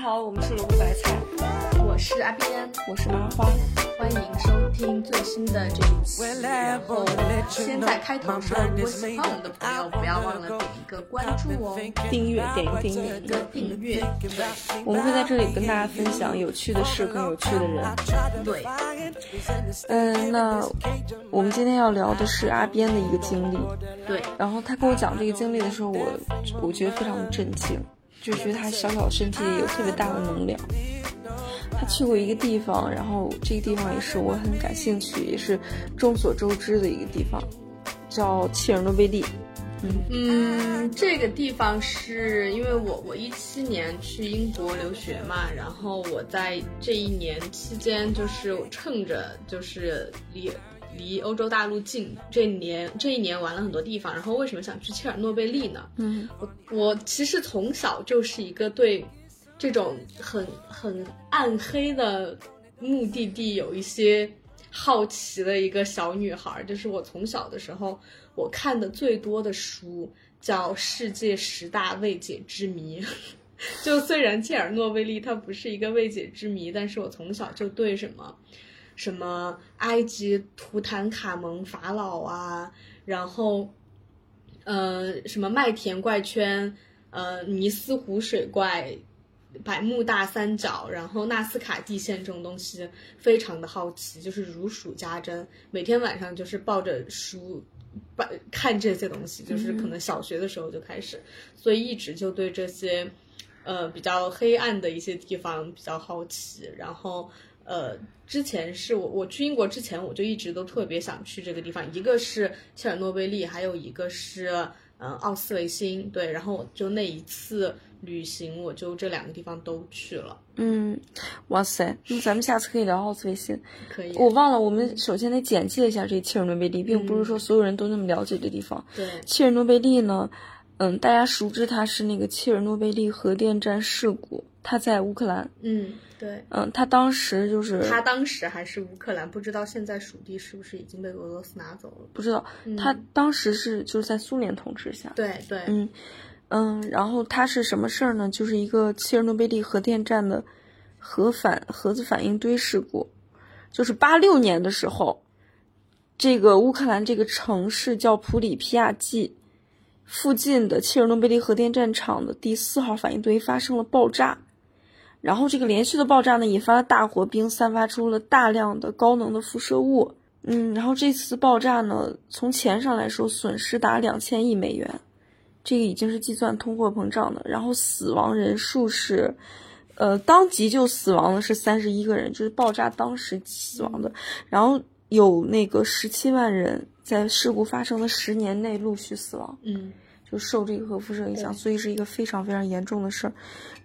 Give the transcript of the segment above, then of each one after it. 好，我们是萝卜白菜，我是阿边，我是麻花。欢迎收听最新的这一期。然后先在开头说，如果喜欢我们的朋友，不要忘了点一个关注哦，订阅，点一订阅点一。个订阅。对我们会在这里跟大家分享有趣的事跟有趣的人。对，嗯，那我们今天要聊的是阿边的一个经历。对，然后他跟我讲这个经历的时候，我我觉得非常的震惊，就觉得他小小的身体里有特别大的能量。他去过一个地方，然后这个地方也是我很感兴趣，也是众所周知的一个地方，叫切尔诺贝利。嗯，这个地方是因为我我一七年去英国留学嘛，然后我在这一年期间就是趁着就是离离欧洲大陆近，这一年这一年玩了很多地方，然后为什么想去切尔诺贝利呢？嗯，我我其实从小就是一个对这种很很暗黑的目的地有一些好奇的一个小女孩儿，就是我从小的时候我看的最多的书叫《世界十大未解之谜》。 就虽然切尔诺贝利它不是一个未解之谜，但是我从小就对什么什么埃及图坦卡蒙法老啊，然后呃，什么麦田怪圈，呃，尼斯湖水怪，百慕大三角，然后纳斯卡地线这种东西，非常的好奇，就是如数家珍。每天晚上就是抱着书，把看这些东西，就是可能小学的时候就开始，所以一直就对这些，呃，比较黑暗的一些地方比较好奇，然后。呃，之前是我我去英国之前，我就一直都特别想去这个地方，一个是切尔诺贝利，还有一个是嗯奥斯维辛，对，然后我就那一次旅行，我就这两个地方都去了，嗯，哇塞，那咱们下次可以聊奥斯维辛。可以，我忘了，我们首先得简介一下这切尔诺贝利，并不是说所有人都那么了解这地方。对，切尔诺贝利呢，嗯，大家熟知它是那个切尔诺贝利核电站事故，它在乌克兰。嗯，对。嗯，它当时就是他当时还是乌克兰，不知道现在属地是不是已经被俄罗斯拿走了。嗯不知道，它当时是就是在苏联统治下。对对，嗯嗯，然后它是什么事儿呢？就是一个切尔诺贝利核电站的核反核子反应堆事故，就是八六年的时候，这个乌克兰这个城市叫普里皮亚季附近的切尔诺贝利核电站厂的第四号反应堆发生了爆炸。然后这个连续的爆炸呢，引发了大火，并散发出了大量的高能的辐射物。嗯，然后这次爆炸呢，从钱上来说，损失达两千亿美元，这个已经是计算通货膨胀的。然后死亡人数是，呃，当即就死亡的是三十一个人，就是爆炸当时死亡的。然后有那个十七万人在事故发生的十年内陆续死亡。嗯，就受这个核辐射影响，对所以是一个非常非常严重的事儿。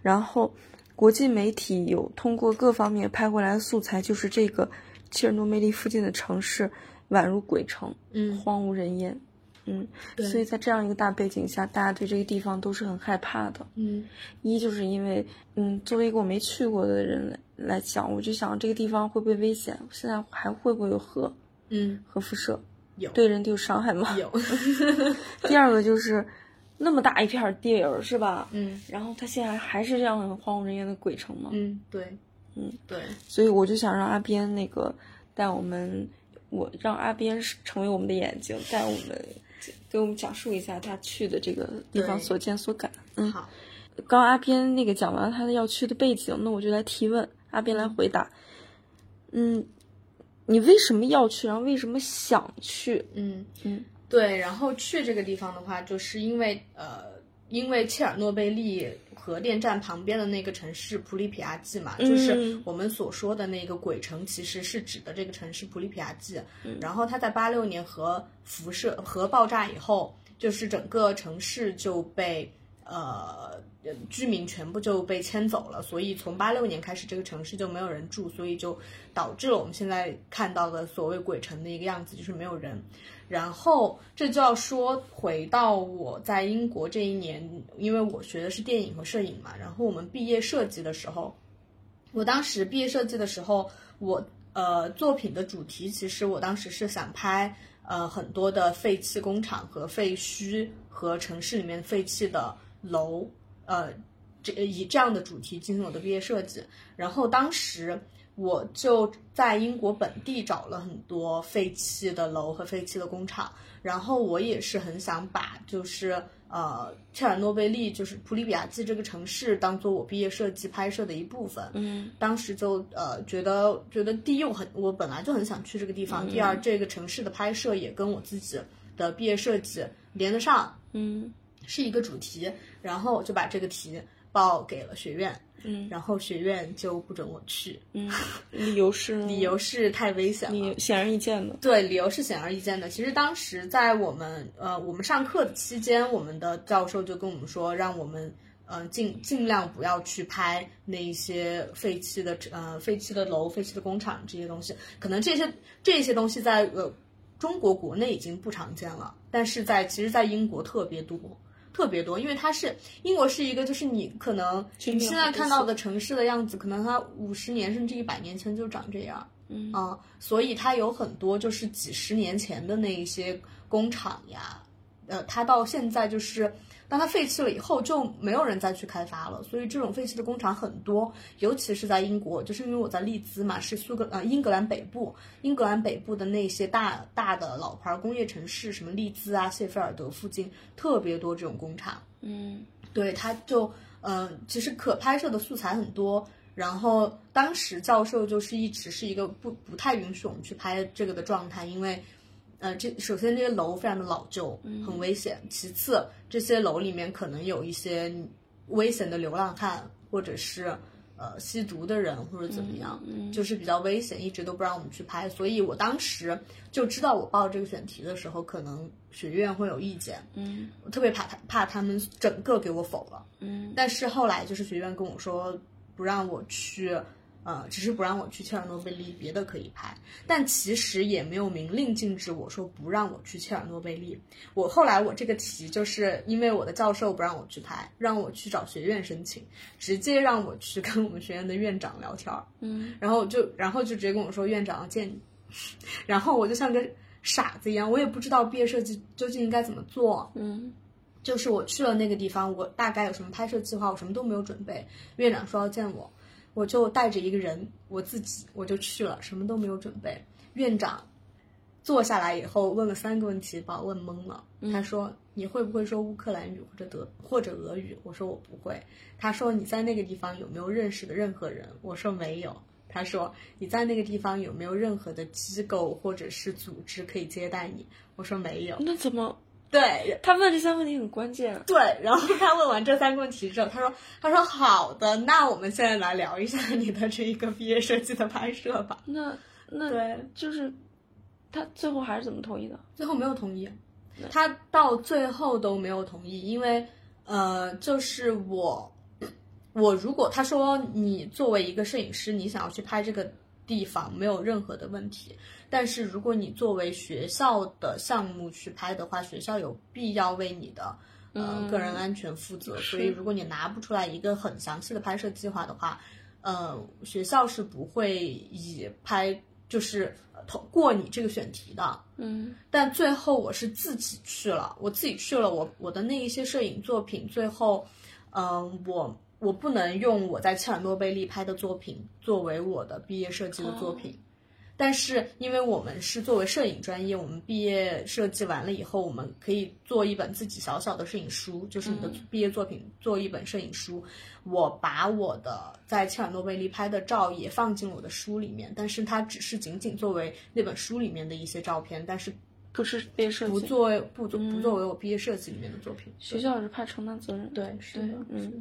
然后，国际媒体有通过各方面拍回来的素材，就是这个切尔诺贝利附近的城市宛如鬼城，嗯荒无人烟，嗯，对所以在这样一个大背景下，大家对这个地方都是很害怕的。嗯一就是因为，嗯，作为一个我没去过的人来来讲，我就想这个地方会不会危险？现在还会不会有核嗯，核辐射？有对人都有伤害吗？有， 第二个就是，那么大一片地儿是吧？嗯然后他现在还是这样很荒无人烟的鬼城嘛，嗯，对，嗯对，所以我就想让阿边那个带我们，我让阿边是成为我们的眼睛，带我们给我们讲述一下他去的这个地方对所见所感。嗯，好，刚阿边那个讲完了他的要去的背景，那我就来提问，阿边来回答。嗯，你为什么要去？然后为什么想去？嗯嗯对，然后去这个地方的话，就是因为呃，因为切尔诺贝利核电站旁边的那个城市普里皮亚季嘛，就是嗯我们所说的那个鬼城，其实是指的这个城市普里皮亚季。嗯然后它在八六年核辐射核爆炸以后，就是整个城市就被呃呃居民全部就被迁走了，所以从八六年开始，这个城市就没有人住，所以就导致了我们现在看到的所谓鬼城的一个样子，就是没有人。然后这就要说回到我在英国这一年，因为我学的是电影和摄影嘛，然后我们毕业设计的时候，我当时毕业设计的时候，我呃作品的主题其实我当时是想拍呃很多的废弃工厂和废墟和城市里面废弃的楼，呃这以这样的主题进行我的毕业设计。然后当时我就在英国本地找了很多废弃的楼和废弃的工厂，然后我也是很想把就是呃切尔诺贝利就是普里比亚季这个城市当做我毕业设计拍摄的一部分。嗯当时就呃觉得觉得第一我很我本来就很想去这个地方，第二这个城市的拍摄也跟我自己的毕业设计连得上，嗯是一个主题，然后我就把这个题报给了学院，嗯然后学院就不准我去，嗯， 理由是理由是太危险了。你显而易见的，对，理由是显而易见的。其实当时在我们呃我们上课的期间，我们的教授就跟我们说，让我们呃尽尽量不要去拍那一些废弃的呃废弃的楼、废弃的工厂这些东西。可能这些这些东西在呃中国国内已经不常见了，但是在其实，在英国特别多。特别多，因为它是英国是一个，就是你可能经你历了现在很多看到次的城市的样子，可能它五十年甚至一百年前就长这样。嗯啊、所以它有很多就是几十年前的那一些工厂呀，呃，它到现在就是当它废弃了以后，就没有人再去开发了。所以这种废弃的工厂很多，尤其是在英国，就是因为我在利兹嘛，是苏格呃英格兰北部，英格兰北部的那些大大的老牌工业城市，什么利兹啊、谢菲尔德附近，特别多这种工厂。嗯对，他就嗯、呃其实可拍摄的素材很多。然后当时教授就是一直是一个不不太允许我们去拍这个的状态，因为，呃，这首先这些楼非常的老旧，很危险。其次，这些楼里面可能有一些危险的流浪汉，或者是呃吸毒的人，或者怎嗯么样，就是比较危险，一直都不让我们去拍。所以我当时就知道我报这个选题的时候，可能学院会有意见，嗯我特别怕他怕他们整个给我否了。嗯但是后来就是学院跟我说不让我去，呃，只是不让我去切尔诺贝利，别的可以拍，但其实也没有明令禁止我说不让我去切尔诺贝利。我后来我这个题就是因为我的教授不让我去拍，让我去找学院申请，直接让我去跟我们学院的院长聊天儿，嗯然后就然后就直接跟我说院长要见你， 然后我就像个傻子一样，我也不知道毕业设计究竟应该怎么做，嗯就是我去了那个地方，我大概有什么拍摄计划，我什么都没有准备。院长说要见我，我就带着一个人，我自己我就去了，什么都没有准备。院长坐下来以后问了三个问题，把我问懵了。他说：“你会不会说乌克兰语或者德或者俄语？”我说：“我不会。”他说：“你在那个地方有没有认识的任何人？”我说：“没有。”他说：“你在那个地方有没有任何的机构或者是组织可以接待你？”我说：“没有。那怎么？”对，他问这三个问题很关键，啊对，然后他问完这三个问题之后，他说：“他说好的，那我们现在来聊一下你的这一个毕业设计的拍摄吧。那”那对，就是他最后还是怎么同意的？最后没有同意，他到最后都没有同意，因为呃，就是我， 我如果他说你作为一个摄影师，你想要去拍这个地方，没有任何的问题，但是如果你作为学校的项目去拍的话，学校有必要为你的。呃，嗯个人安全负责，所以是如果你拿不出来一个很详细的拍摄计划的话，呃，学校是不会以拍就是呃通过你这个选题的。嗯但最后我是自己去了，我自己去了，我我的那一些摄影作品，最后，嗯、我我不能用我在切尔诺贝利拍的作品作为我的毕业设计的作品。但是，因为我们是作为摄影专业，我们毕业设计完了以后，我们可以做一本自己小小的摄影书，就是你的嗯毕业作品做一本摄影书。我把我的在切尔诺贝利拍的照也放进了我的书里面，但是它只是仅仅作为那本书里面的一些照片，但是不是毕业设计，不作为不作嗯不作为我毕业设计里面的作品。学校也是怕承担责任。对，对是对的，嗯是的，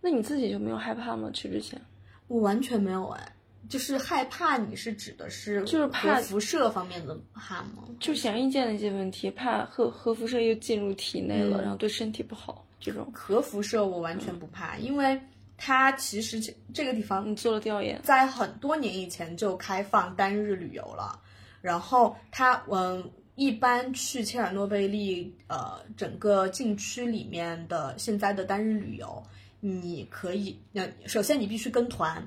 那你自己就没有害怕吗？去之前，我完全没有哎，就是害怕，你是指的是就是怕核辐射方面的怕吗？就显而易见的一些问题，怕核核辐射又进入体内了，嗯然后对身体不好，这种核辐射我完全不怕，因为它其实这这个地方你做了调研，在很多年以前就开放单日旅游了，然后它嗯，一般去切尔诺贝利呃整个禁区里面的现在的单日旅游，你可以，那首先你必须跟团。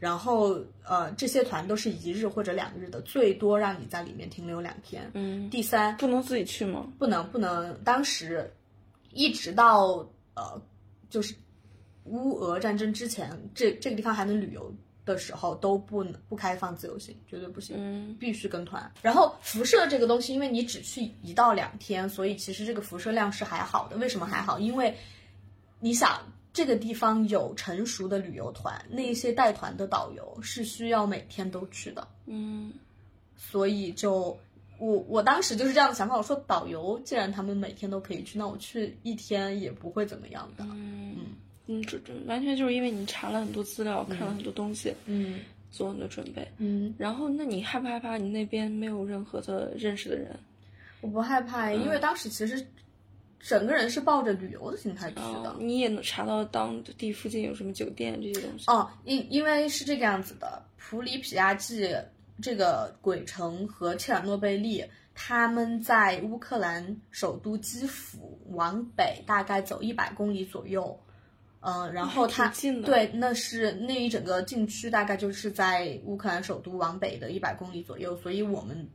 然后，呃，这些团都是一日或者两日的，最多让你在里面停留两天。嗯，第三，不能自己去吗？不能不能，当时一直到呃，就是乌俄战争之前，这这个地方还能旅游的时候，都不能不开放自由行，绝对不行。嗯必须跟团。然后辐射这个东西，因为你只去一到两天，所以其实这个辐射量是还好的。为什么还好？因为你想，这个地方有成熟的旅游团，那一些带团的导游是需要每天都去的，嗯所以就。我我当时就是这样的想法，我说导游既然他们每天都可以去，那我去一天也不会怎么样的。嗯嗯，这这完全就是因为你查了很多资料，看了很多东西，嗯做很多准备。嗯，然后，那你害不害怕你那边没有任何的认识的人？我不害怕，因为当时其实整个人是抱着旅游的心态去然的后。你也能查到当地附近有什么酒店这些东西。哦，因因为是这个样子的，普里皮亚季这个鬼城和切尔诺贝利，他们在乌克兰首都基辅往北大概走一百公里左右，嗯、然后还挺它近的对，那是那一整个禁区大概就是在乌克兰首都往北的一百公里左右，所以我们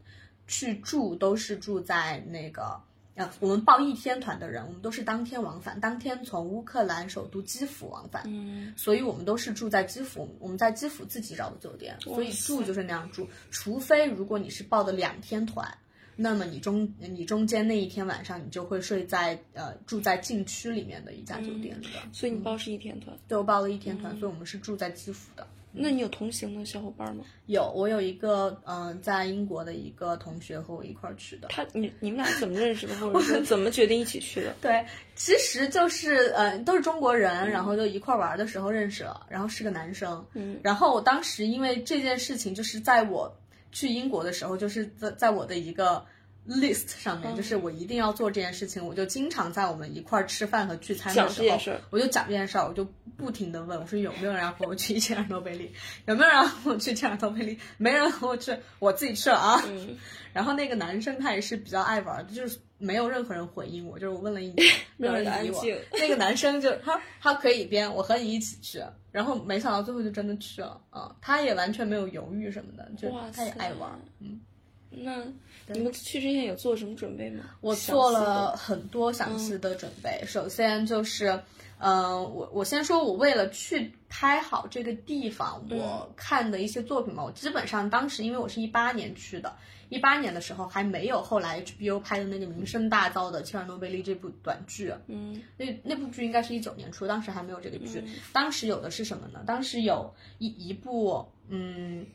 去住都是住在那个。呃，我们报一天团的人，我们都是当天往返，当天从乌克兰首都基辅往返。嗯，所以我们都是住在基辅，我们在基辅自己找的酒店，所以哇塞住就是那样住。除非如果你是报的两天团，那么你中你中间那一天晚上，你就会睡在呃住在禁区里面的一家酒嗯店里的。所以你报是一天团，对，我报了一天嗯团，所以我们是住在基辅的。那你有同行的小伙伴吗？有，我有一个嗯、呃在英国的一个同学和我一块儿去的。他你你们俩怎么认 识的，或者说怎么决定一起去的？对，其实就是呃，都是中国人，然后就一块儿玩的时候认识了，然后是个男生，嗯，然后我当时因为这件事情，就是在我去英国的时候，就是在在我的一个 list 上嗯面，就是我一定要做这件事情，我就经常在我们一块儿吃饭和聚餐的讲时这件候事儿，我就讲这件事儿，我就不停的问，我说有没有人要和我去切尔诺贝利？有没有人要和我去切尔诺贝利？没人和我去，我自己去了啊。嗯， 然后那个男生他也是比较爱玩的，就是没有任何人回应我，就是我问了 一，没有人理我安静。那个男生就他他可以一边，我和你一起去，然后没想到最后就真的去了啊，他也完全没有犹豫什么的，就哇他也塞爱玩。嗯，那你们去之前有做什么准备吗？我做了很多详细的准备，首先就是，嗯、我我先说我为了去拍好这个地方，我看的一些作品嘛，我基本上当时因为我是一八年去的，一八年的时候还没有后来 HBO 拍的那个名声大噪的《切尔诺贝利》这部短剧，嗯，那那部剧应该是一九年出，当时还没有这个剧。当时有的是什么呢？当时有一一部嗯，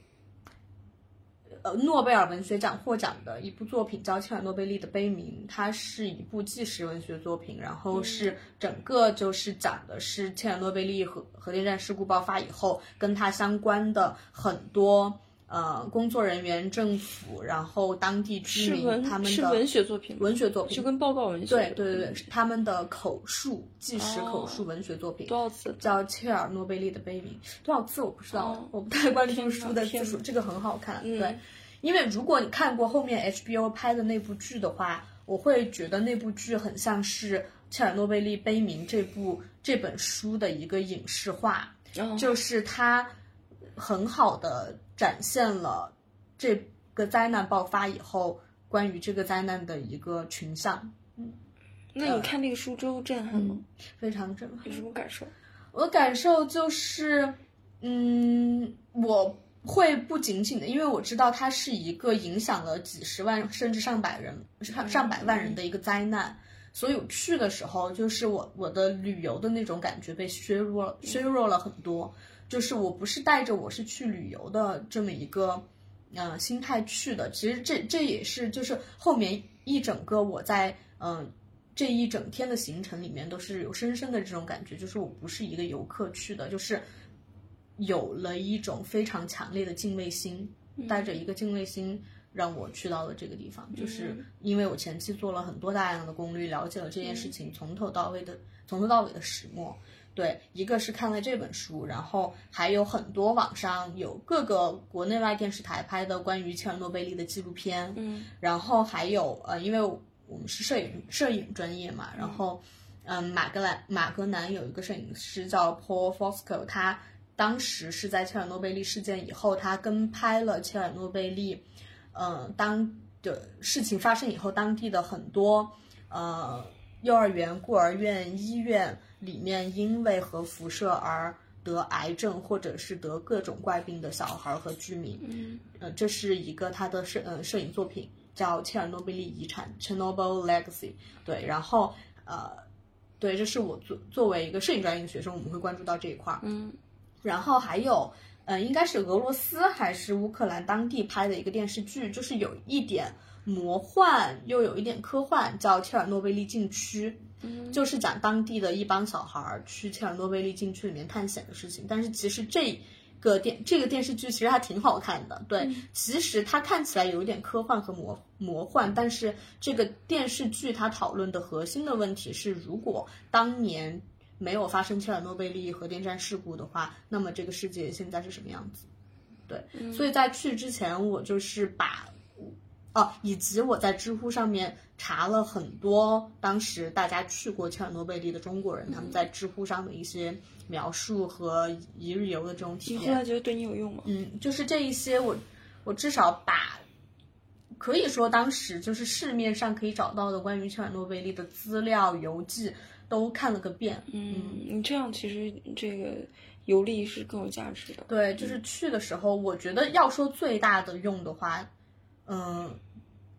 呃，诺贝尔文学奖获奖的一部作品叫《切尔诺贝利的悲鸣》，它是一部纪实文学作品，然后是嗯整个就是讲的是切尔诺贝利核核电站事故爆发以后，跟它相关的很多。呃，工作人员、政府，然后当地居是民，他文们是的文学作品吗，文学作品就跟报告文学对对对对，他们的口述纪实口哦述文学作品、多少次？叫《切尔诺贝利的悲鸣》，多少字我不知道，哦我不太关天注哪书的字天数。哪这个很好看，嗯对，因为如果你看过后面 HBO 拍的那部剧的话，我会觉得那部剧很像是《切尔诺贝利悲鸣》这部这本书的一个影视化，哦就是它很好的展现了这个灾难爆发以后关于这个灾难的一个群像，那呃你看那个书之后震撼吗？非常震撼有。什么感受？我的感受就是，嗯，我会不仅仅的，因为我知道它是一个影响了几十万甚至上百人、上上百万人的一个灾难，所以我去的时候，就是我我的旅游的那种感觉被削弱了，削弱了很多。就是我不是带着我是去旅游的这么一个呃心态去的，其实这这也是就是后面一整个我在嗯、呃这一整天的行程里面都是有深深的这种感觉，就是我不是一个游客去的，就是有了一种非常强烈的敬畏心，带着一个敬畏心。让我去到了这个地方，就是因为我前期做了很多大量的攻略，了解了这件事情从头到尾的、从头到尾的始末。对，一个是看了这本书，然后还有很多网上有各个国内外电视台拍的关于切尔诺贝利的纪录片，嗯，然后还有呃，因为我们是摄影摄影专业嘛，然后嗯、马格兰马格南有一个摄影师叫 Paul Fosco，他当时是在切尔诺贝利事件以后，他跟拍了切尔诺贝利，呃，当的事情发生以后，当地的很多呃幼儿园、孤儿院、医院，里面因为核辐射而得癌症或者是得各种怪病的小孩和居民。嗯，呃，这是一个他的摄呃摄影作品叫《切尔诺贝利遗产》（Chernobyl Legacy）。对，然后呃，对，这是我作作为一个摄影专业的学生，我们会关注到这一块儿。嗯，然后还有，呃，应该是俄罗斯还是乌克兰当地拍的一个电视剧，就是有一点魔幻又有一点科幻，叫《切尔诺贝利禁区》，就是讲当地的一帮小孩儿去切尔诺贝利禁区里面探险的事情。但是其实这个电这个电视剧其实还挺好看的，对，其实它看起来有一点科幻和魔魔幻，但是这个电视剧它讨论的核心的问题是，如果当年没有发生切尔诺贝利核电站事故的话，那么这个世界现在是什么样子？对，所以在去之前，我就是把，哦，以及我在知乎上面查了很多当时大家去过切尔诺贝利的中国人，他们在知乎上的一些描述和一日游的这种体你验。后来觉得对你有用吗？嗯，就是这一些我，我至少把可以说当时就是市面上可以找到的关于切尔诺贝利的资料、游记都看了个遍。嗯，你这样其实这个游历是更有价值的。对，就是去的时候，我觉得要说最大的用的话，嗯，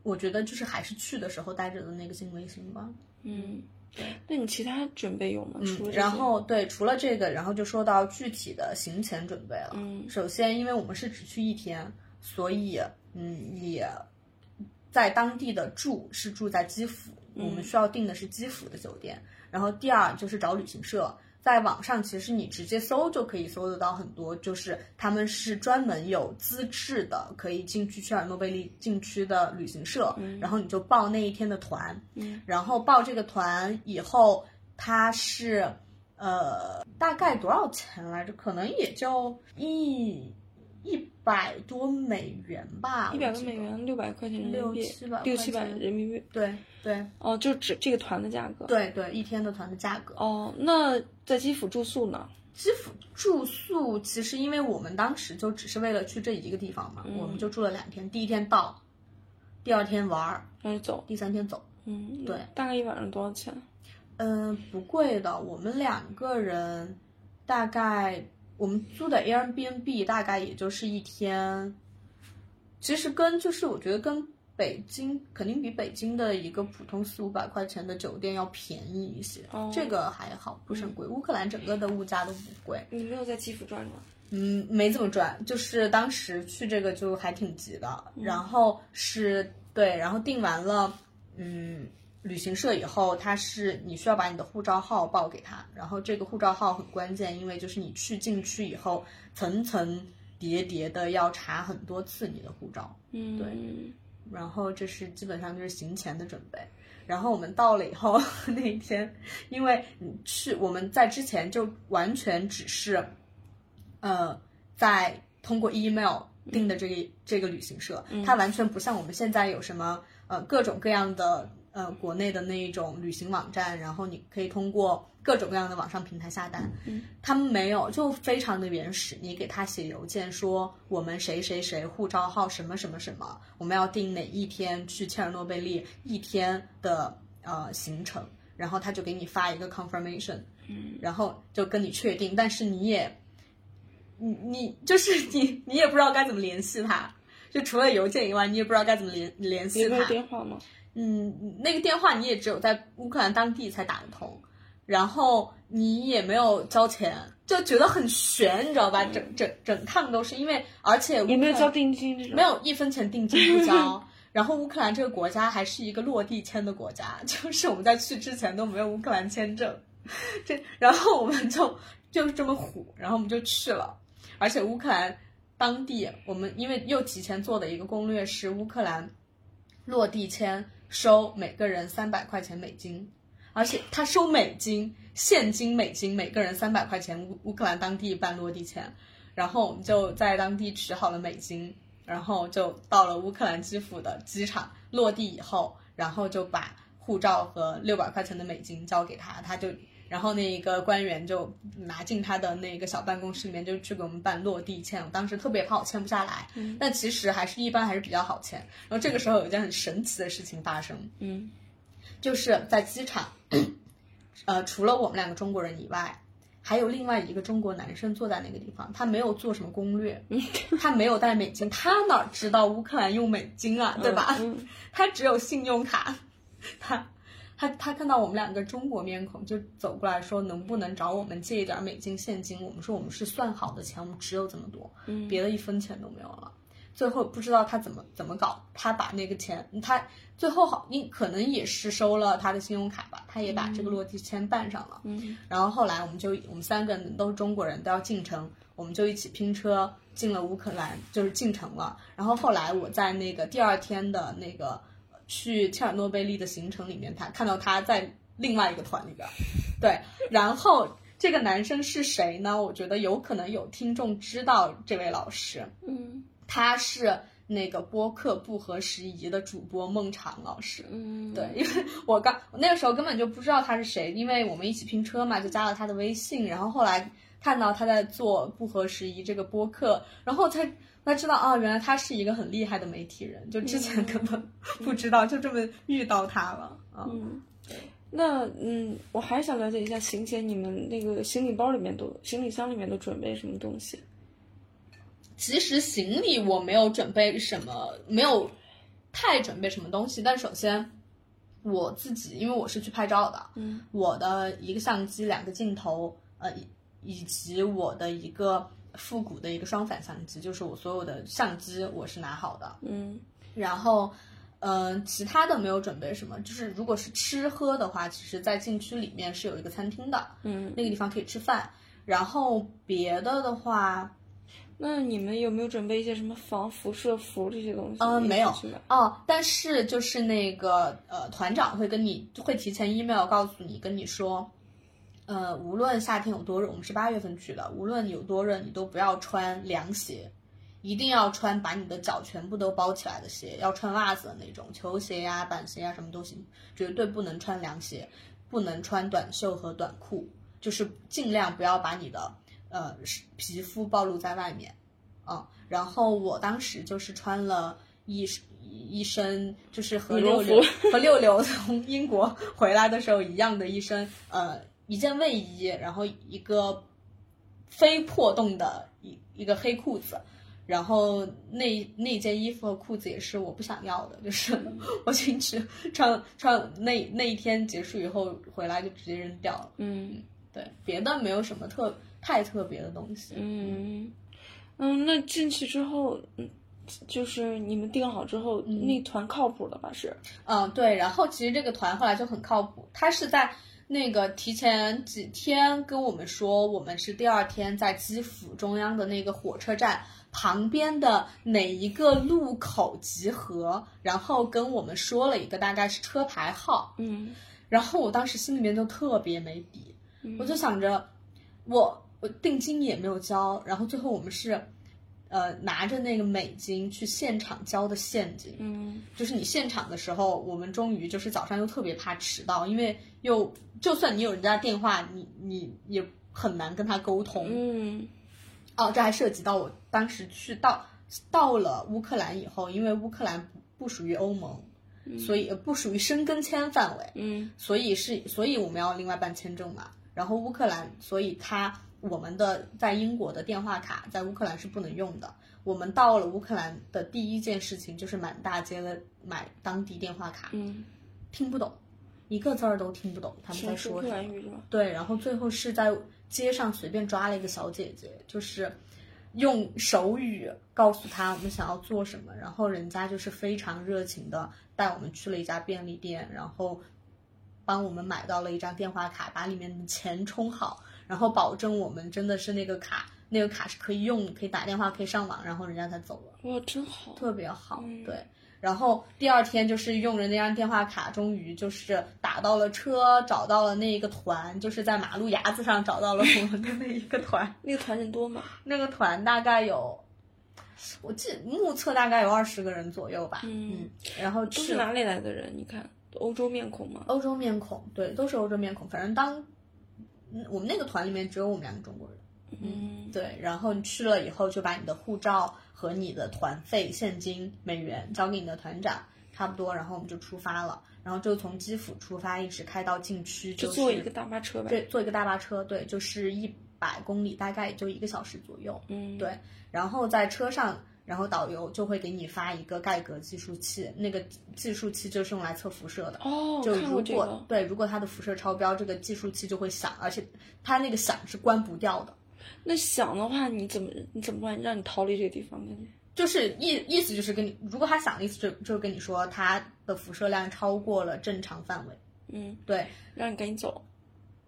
我觉得就是还是去的时候带着的那个敬畏心吧。嗯，那你其他准备有吗？除了这些嗯然后对，除了这个，然后就说到具体的行前准备了。嗯首先，因为我们是只去一天，所以嗯，也在当地的住是住在基辅，我们需要订的是基辅的酒店。然后第二就是找旅行社，在网上其实你直接搜就可以搜得到很多，就是他们是专门有资质的，可以进去切尔诺贝利禁区的旅行社，然后你就报那一天的团，嗯然后报这个团以后，它是呃大概多少钱来着？可能也就一一百多美元吧，一百我多记美得。元，六百块钱人民币， 600-700六七块百钱人民币。对对哦，就只这个团的价格。。对对，一天的团的价格。哦，那在基辅住宿呢？基辅住宿其实，因为我们当时就只是为了去这一个地方嘛，我嗯们就住了两天。第一天到，第二天玩儿，那就走。第三天走。嗯，对，大概一晚上多少钱？嗯，不贵的，我们两个人大概我们租的 Airbnb 大概也就是一天，其实跟就是我觉得跟北京肯定比北京的一个普通四五百块钱的酒店要便宜一些，哦这个还好，不是很贵。乌克兰整个的物价都不贵，你没有在基辅转转？嗯，没怎么转，就是当时去这个就还挺急的，然后是对，然后订完了，嗯，旅行社以后，他是你需要把你的护照号报给他，然后这个护照号很关键，因为就是你去进去以后，层层叠叠的要查很多次你的护照，嗯，对然后这是基本上就是行前的准备。然后我们到了以后 那一天，因为你去我们在之前就完全只是，呃，在通过 email 订的这个、这个旅行社，它完全不像我们现在有什么呃各种各样的呃国内的那一种旅行网站，然后你可以通过各种各样的网上平台下单。他们没有，就非常的原始。你给他写邮件说，我们谁谁谁护照号什么什么什么，我们要定哪一天去切尔诺贝利一天的呃行程，然后他就给你发一个 confirmation，然后就跟你确定，但是你也，你你就是你你也不知道该怎么联系他，就除了邮件以外，你也不知道该怎么联联你系没他。有电话吗？嗯，那个电话你也只有在乌克兰当地才打得通，然后你也没有交钱，就觉得很悬，你知道吧？整整整趟都是因为，而且乌克也兰没有交定金这种。没。有一分钱定金不交。 然后乌克兰这个国家还是一个落地签的国家， 就是我们在去之前都没有乌克兰签证， 这然后我们就 就是这么虎，然后我们就去了。而且乌克兰当地，我们因为又提前做的一个攻略是乌克兰落地签收每个人三百块钱美金，而且他收美金，现金美金，每个人三百块钱乌乌克兰当地办落地签，然后我们就在当地取好了美金，然后就到了乌克兰基辅的机场落地以后，然后就把护照和六百块钱的美金交给他，他就。然后那个官员就拿进他的那个小办公室里面，就去给我们办落地签。我当时特别怕我签不下来，但其实还是一般还是比较好签。然后这个时候有一件很神奇的事情发生，嗯就是在机场，呃，除了我们两个中国人以外，还有另外一个中国男生坐在那个地方，他没有做什么攻 略，他没有带美金，他哪知道乌克兰用美金啊，对吧？嗯 他只有信用卡，他他他看到我们两个中国面孔，就走过来说能不能找我们借一点美金现金？我们说我们是算好的钱，我们只有这么多，嗯别的一分钱都没有了。最后不知道他怎么怎么搞，他把那个钱，他最后好，因可能也是收了他的信用卡吧，他也把这个落地签办上了。嗯然后后来我们就我们三个人都是中国人，都要进城，我们就一起拼车进了乌克兰，就是进城了。然后后来我在那个第二天的那个呃去切尔诺贝利的行程里面，他看到他在另外一个团里边儿，对，然后。这个男生是谁呢？我觉得有可能有听众知道这位老师，嗯他是那个播客不合时宜的主播孟尝老师。嗯，对，因为 我刚我那个时候根本就不知道他是谁，因为我们一起拼车嘛，就加了他的微信，然后后来看到他在做不合时宜这个播客，然后才才知道啊，原来他是一个很厉害的媒体人，就之前根本 不知道，就这么遇到他了啊。嗯，那嗯，我还想了解一下，行姐，你们那个行李包里面都、行李箱里面都准备什么东西？其实行李我没有准备什么，没有太准备什么东西。但首先我自己，因为我是去拍照的，嗯，我的一个相机、两个镜头，呃，以以及我的一个复古的一个双反相机，就是我所有的相机我是拿好的。嗯然后，嗯、其他的没有准备什么。就是如果是吃喝的话，其实在禁区里面是有一个餐厅的，嗯，那个地方可以吃饭。然后别的的话，那你们有没有准备一些什么防辐射服这些东西？嗯一起没有去买哦，但是就是那个呃，团长会跟你会提前 email 告诉你，跟你说，呃，无论夏天有多热，我们是八月份去的，无论有多热，你都不要穿凉鞋，一定要穿把你的脚全部都包起来的鞋，要穿袜子的那种，球鞋呀、板鞋呀、什么都行，绝对不能穿凉鞋，不能穿短袖和短裤，就是尽量不要把你的呃是皮肤暴露在外面。啊，然后我当时就是穿了一身一身就是和羽六绒流和六流从英国回来的时候一样的一身呃一件卫衣，然后一个非破洞的一一个黑裤子。然后那那件衣服和裤子也是我不想要的，就是嗯 我进去穿穿那那一天结束以后回来就直接扔掉了。嗯对，别的没有什么特太特别的东西。嗯嗯，那进去之后，嗯，就是你们定好之后，嗯那团靠谱了吧？是，嗯，对。然后其实这个团后来就很靠谱，他是在那个提前几天跟我们说，我们是第二天在基辅中央的那个火车站旁边的哪一个路口集合，然后跟我们说了一个大概是车牌号。嗯，然后我当时心里面就特别没底，我就想着我我定金也没有交，然后最后我们是。呃，拿着那个美金去现场交的现金，嗯就是你现场的时候，我们终于就是早上又特别怕迟到，因为又就算你有人家电话，你你也很难跟他沟通。嗯哦，这还涉及到我当时去到到了乌克兰以后，因为乌克兰不不属于欧盟，所以呃不属于申根签范围，嗯所以是所以我们要另外办签证嘛。然后乌克兰，所以它我们的在英国的电话卡在乌克兰是不能用的。我们到了乌克兰的第一件事情就是满大街的买当地电话卡，嗯，听不懂，一个字儿都听不懂他们在全是乌说克什兰么。语是吧？对，然后最后是在街上随便抓了一个小姐姐，就是用手语告诉她我们想要做什么，然后人家就是非常热情的带我们去了一家便利店，然后帮我们买到了一张电话卡，把里面的钱充好，然后保证我们真的是那个卡，那个卡是可以用，可以打电话，可以上网，然后人家才走了。哇，真好，特别好，嗯对。然后第二天就是用着那张电话卡，终于就是打到了车，找到了那一个团，就是在马路牙子上找到了我们的那一个团。 那个团人多吗？那个团大概有，我记目测大概有二十个人左右吧。嗯然后都去是哪里来的人？你看，欧洲面孔吗？欧洲面孔，对，都是欧洲面孔。反正当嗯我们那个团里面只有我们两个中国人。嗯对，然后你去了以后，就把你的护照和你的团费现金美元交给你的团长，差不多，然后我们就出发了。然然后就从基辅出发，一直开到禁区，就是坐一个大巴车吧。对，坐一个大巴车，对，就是一百公里，大概也就一个小时左右。嗯，对，然后在车上，然后导游就会给你发一个盖格计数器，那个计数器就是用来测辐射的。哦，就看如过果、这个，对，如果它的辐射超标，这个计数器就会响，而且它那个响是关不掉的。那想的话，你怎么你怎么办？让你逃离这个地方？感觉就是意意思就是跟你，如果他想的意思就就是跟你说它的辐射量超过了正常范围，嗯，对，让你赶紧走，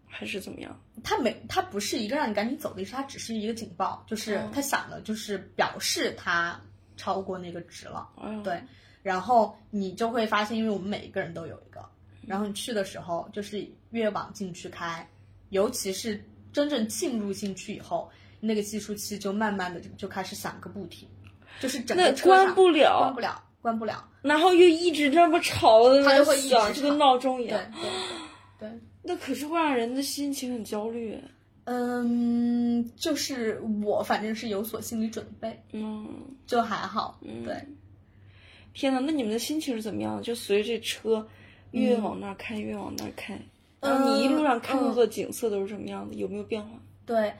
还是怎么样？它没，它不是一个让你赶紧走的意思，它只是一个警报，就是哦它响了，就是表示它超过那个值了。哎呦，对，然后你就会发现，因为我们每一个人都有一个，然后你去的时候就是越往禁区开，尤其是真正进入禁区以后，那个计数器就慢慢的就开始响个不停，就是整那个车关上嗯不了关不了，关不了，然后又一直这么吵的，它就会一直响，就跟吵闹钟一对样。对对。对那可是会让人的心情很焦虑。嗯，就是我反正是有所心理准备，嗯，就还好，嗯对，天呐，那你们的心情是怎么样的？就随着这车越嗯往那儿开，越往那儿开，然后你一路上看到的景色都是什么样的？有没有变化？对，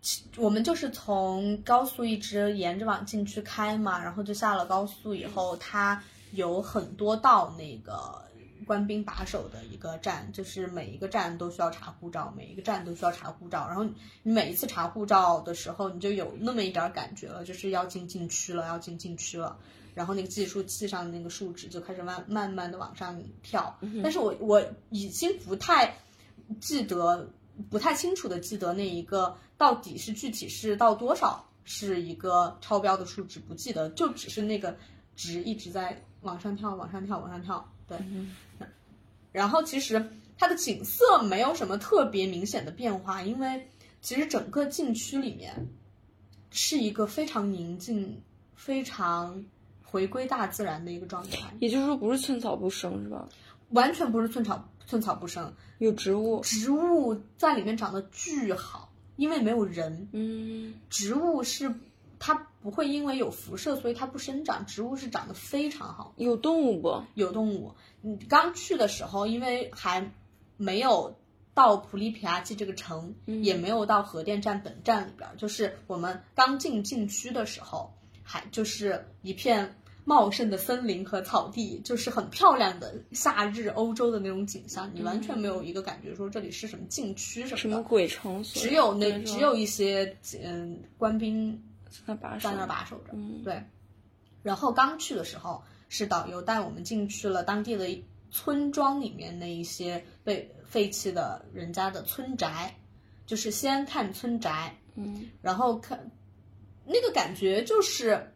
其我们就是从高速一直沿着往禁区开嘛，然后就下了高速以后，它有很多道那个官兵把守的一个站，就是每一个站都需要查护照，每一个站都需要查护照。然后你你每一次查护照的时候，你就有那么一点儿感觉了，就是要进禁区了，要进禁区了。然后那个计数器上的那个数值就开始慢慢慢的往上跳，但是我我已经不太记得，不太清楚的记得那一个到底是具体是到多少是一个超标的数值，不记得，就只是那个值一直在往上跳，往上跳，往上跳，对。然后其实它的景色没有什么特别明显的变化，因为其实整个禁区里面是一个非常宁静、非常回归大自然的一个状态，也就是说，不是寸草不生是吧？完全不是寸草寸草不生，有植物，植物在里面长得巨好，因为没有人，嗯，植物是它不会因为有辐射，所以它不生长，植物是长得非常好的。有动物不？有动物。你刚去的时候，因为还没有到普利皮亚季这个城，也没有到核电站本站里边儿，就是我们刚进禁区的时候，还就是一片茂盛的森林和草地，就是很漂亮的夏日欧洲的那种景象，你完全没有一个感觉说这里是什么禁区什什么么的。鬼城所？只有那对是吧只有一些嗯官兵在那把手在，那把守着。嗯对。然后刚去的时候，是导游带我们进去了当地的一村庄里面的一些被废弃的人家的村宅，就是先看村宅，嗯，然后看那个感觉就是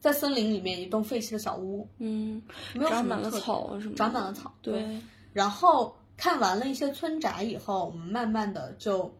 在森林里面一栋废弃的小屋，嗯，没有什长么满了特别草什么的长满了草，对，然后看完了一些村宅以后，我们慢慢的就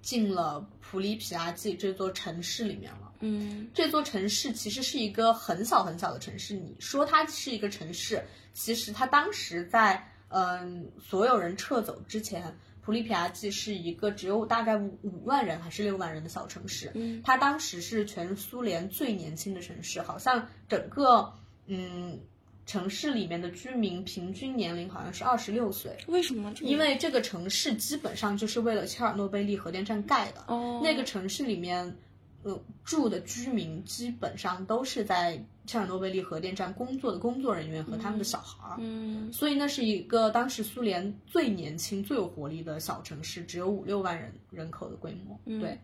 进了普里皮亚季这座城市里面了。嗯，这座城市其实是一个很小很小的城市。你说它是一个城市，其实它当时在嗯、所有人撤走之前，普利皮亚季是一个只有大概五五万人还是六万人的小城市。嗯，它当时是全苏联最年轻的城市，好像整个嗯城市里面的居民平均年龄好像是二十六岁。为什么这么？因为这个城市基本上就是为了切尔诺贝利核电站盖的，哦，那个城市里面，呃，住的居民基本上都是在切尔诺贝利核电站工作的工作人员和他们的小孩儿，嗯，所以那是一个当时苏联最年轻、最有活力的小城市，只有五六万人人口的规模，嗯对。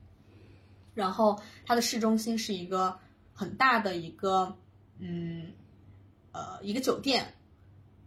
然后它的市中心是一个很大的一个，嗯，呃，一个酒店。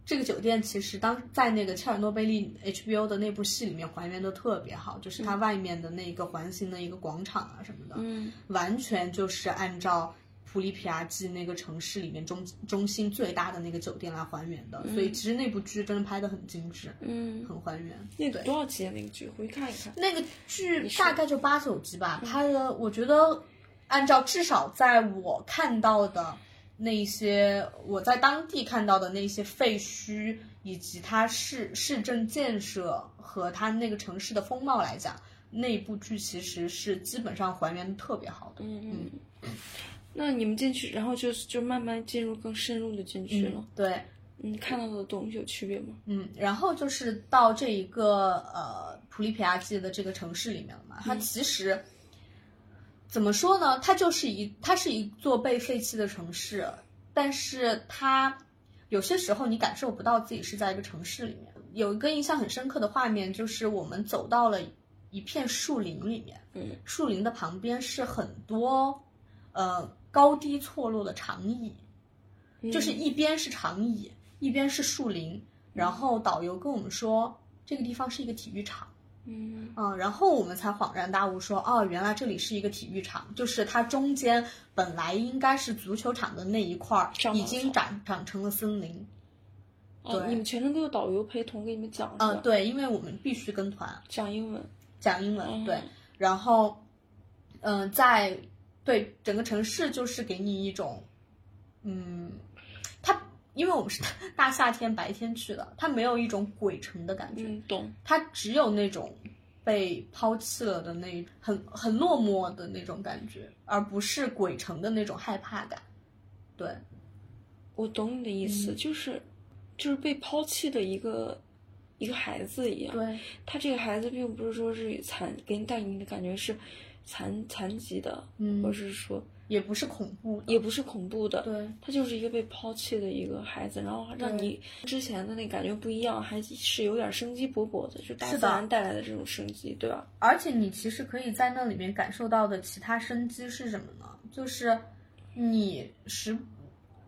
这个酒店其实当在那个切尔诺贝利 HBO 的那部戏里面还原的特别好，就是它外面的那个环形的一个广场啊什么的，嗯，完全就是按照普里皮亚季那个城市里面中中心最大的那个酒店来还原的，所以其实那部剧真的拍的很精致，嗯，很还原。那个多少集啊？那个剧回去看一看。那个剧大概就八九集吧，拍的我觉得，按照至少在我看到的那一些，我在当地看到的那些废墟，以及它市市政建设和它那个城市的风貌来讲，那部剧其实是基本上还原的特别好的。嗯，嗯，那你们进去，然后就就慢慢进入更深入的禁区了。对，你看到的东西有区别吗？嗯，然后就是到这一个呃普利皮亚季的这个城市里面了嘛，它其实、怎么说呢？它就是一它是一座被废弃的城市，但是它有些时候你感受不到自己是在一个城市里面。有一个印象很深刻的画面就是我们走到了一片树林里面，嗯，树林的旁边是很多呃高低错落的长椅，就是一边是长椅，一边是树林。然后导游跟我们说，这个地方是一个体育场，嗯嗯，然后我们才恍然大悟说，哦，原来这里是一个体育场，就是它中间本来应该是足球场的那一块儿长，已草经长长成了森林。哦，对你们全程都有导游陪同给你们讲是吧？嗯，对，因为我们必须跟团讲英文，讲英文，嗯对，然后，嗯、在对整个城市就是给你一种，嗯，它因为我们是大夏天白天去的，它没有一种鬼城的感觉，嗯，懂。它只有那种被抛弃了的那很很落寞的那种感觉，而不是鬼城的那种害怕感。对，我懂你的意思，嗯就是就是被抛弃的一个一个孩子一样。对，他这个孩子并不是说是残给你带给你的感觉是残残疾的，嗯或者是说也不是恐怖的，也不是恐怖的，对，他就是一个被抛弃的一个孩子，然后让对你之前的那感觉不一样，还是有点生机勃勃的，就大是自的然带来的这种生机，对吧？而且你其实可以在那里面感受到的其他生机是什么呢？就是你时，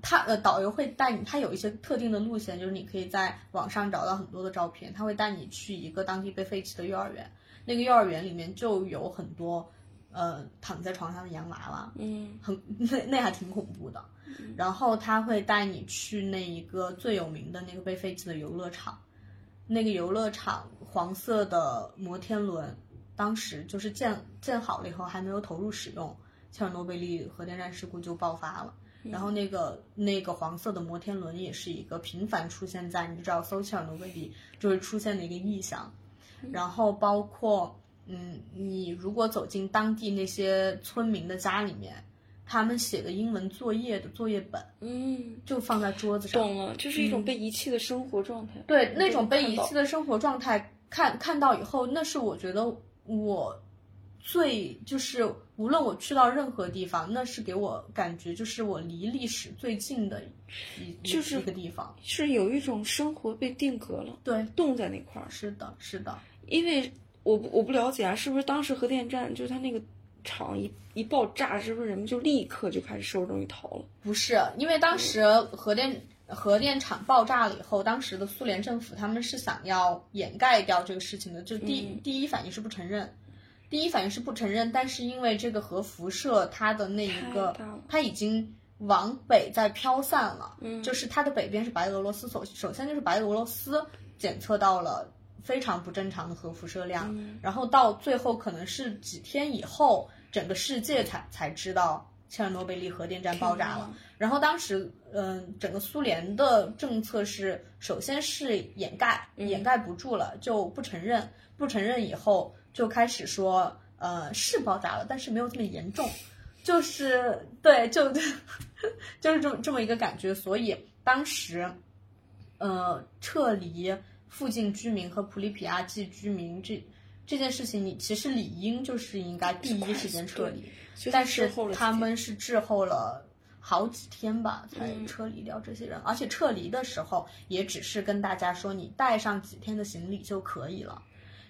他呃导游会带你，他有一些特定的路线，就是你可以在网上找到很多的照片，他会带你去一个当地被废弃的幼儿园，那个幼儿园里面就有很多呃躺在床上的洋娃娃，嗯很那那还挺恐怖的。然后他会带你去那一个最有名的那个被废弃的游乐场，那个游乐场黄色的摩天轮，当时就是建建好了以后还没有投入使用，切尔诺贝利核电站事故就爆发了。然后那个那个黄色的摩天轮也是一个频繁出现在你只要搜切尔诺贝利就会出现的一个意象，然后包括嗯，你如果走进当地那些村民的家里面，他们写的英文作业的作业本嗯，就放在桌子上，懂了，就是一种嗯被遗弃的生活状态。对你那就种能被看遗到弃的生活状态，看看到以后，那是我觉得我最就是无论我去到任何地方，那是给我感觉就是我离历史最近的一一就是一个地方。是有一种生活被定格了，对，冻在那块儿。是的，是的，因为我不我不了解啊，是不是当时核电站就是它那个厂一一爆炸，是不是人们就立刻就开始收拾东西逃了？不是，因为当时嗯核电核电厂爆炸了以后，当时的苏联政府他们是想要掩盖掉这个事情的，就第、嗯第一反应是不承认，第一反应是不承认，但是因为这个核辐射它的那一个太大了，它已经往北在飘散了，嗯就是它的北边是白俄罗斯，首首先就是白俄罗斯检测到了非常不正常的核辐射量，嗯然后到最后可能是几天以后，整个世界才才知道切尔诺贝利核电站爆炸了天。然后当时，嗯，整个苏联的政策是，首先是掩盖，嗯掩盖不住了，就不承认，不承认以后就开始说，呃，是爆炸了，但是没有这么严重，就是对，就 就是这么这么一个感觉。所以当时，呃，撤离附近居民和普里皮亚季居民这这件事情，你其实理应就是应该第一时间撤离，就但滞是后了他几天们是滞后了。好几天吧，才嗯撤离掉这些人，而且撤离的时候也只是跟大家说，你带上几天的行李就可以了，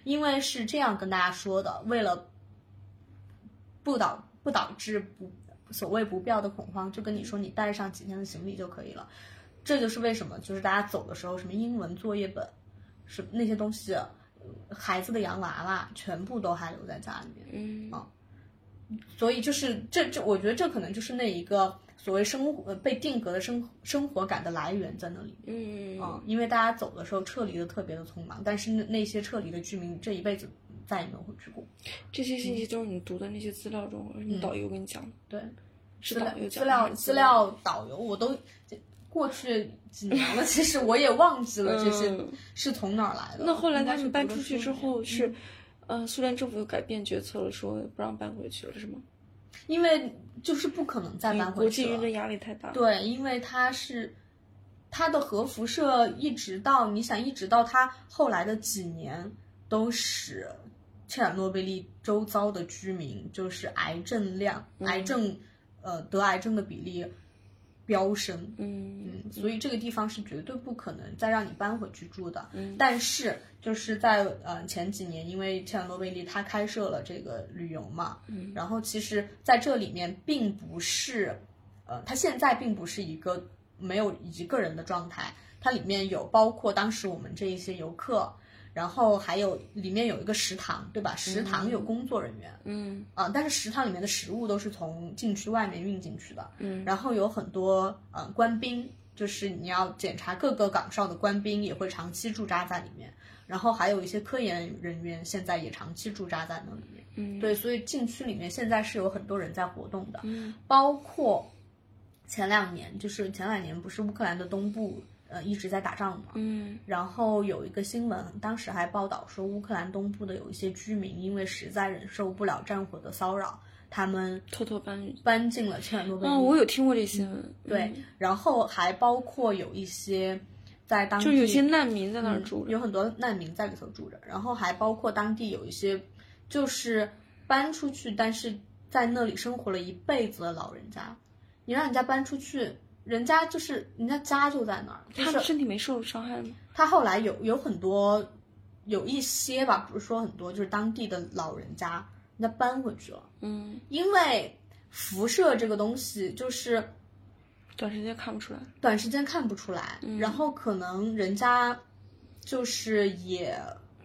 因为是这样跟大家说的，为了不导不导致不所谓不必要的恐慌，就跟你说你带上几天的行李就可以了。这就是为什么，就是大家走的时候，什么英文作业本，什么那些东西，呃孩子的洋娃娃全部都还留在家里面。嗯啊所以就是这这，我觉得这可能就是那一个所谓生活呃被定格的生生活感的来源在那里。嗯嗯，因为大家走的时候撤离的特别的匆忙，但是那那些撤离的居民这一辈子再也没有回去过。这些信息都是你读的那些资料中，而是你导游跟你讲的，嗯对，是资料导游资讲的还料是资料导游，我都这过去几年了，其实我也忘记了这些嗯是从哪儿来的。那后来应他该们是搬读出的去书之里面嗯后是，呃，苏联政府又改变决策了，说不让搬回去了，是吗？因为就是不可能再因为搬国回际去舆了论。压力太大了。对，因为它是它的核辐射一直到你想一直到它后来的几年，都使切尔诺贝利周遭的居民就是癌症量、癌症呃得癌症的比例飙升。嗯嗯，所以这个地方是绝对不可能再让你搬回去住的。嗯但是就是在呃前几年，因为切尔诺贝利它开设了这个旅游嘛，嗯然后其实在这里面并不是，呃，它现在并不是一个没有一个人的状态，它里面有包括当时我们这一些游客，然后还有里面有一个食堂，对吧？食堂有工作人员嗯啊、但是食堂里面的食物都是从禁区外面运进去的，嗯然后有很多呃官兵，就是你要检查各个岗哨的官兵也会长期驻扎在里面，然后还有一些科研人员现在也长期驻扎在那里面。嗯，对，所以禁区里面现在是有很多人在活动的，嗯包括前两年，就是前两年不是乌克兰的东部呃一直在打仗嘛，嗯然后有一个新闻，当时还报道说乌克兰东部的有一些居民因为实在忍受不了战火的骚扰，他们偷偷搬运。搬进了切尔诺贝利。嗯，我有听过这新闻。嗯对嗯，，然后还包括有一些在当地就是有些难民在那儿嗯住着。有很多难民在里头住着，然后还包括当地有一些就是搬出去，但是在那里生活了一辈子的老人家，你让人家搬出去，人家就是人家家就在那儿，就他们是身体没受伤害吗？他后来有有很多有一些吧，不是说很多，就是当地的老人家，人家搬回去了，嗯，因为辐射这个东西就是。短时间看不出来。短时间看不出来，嗯然后可能人家就是也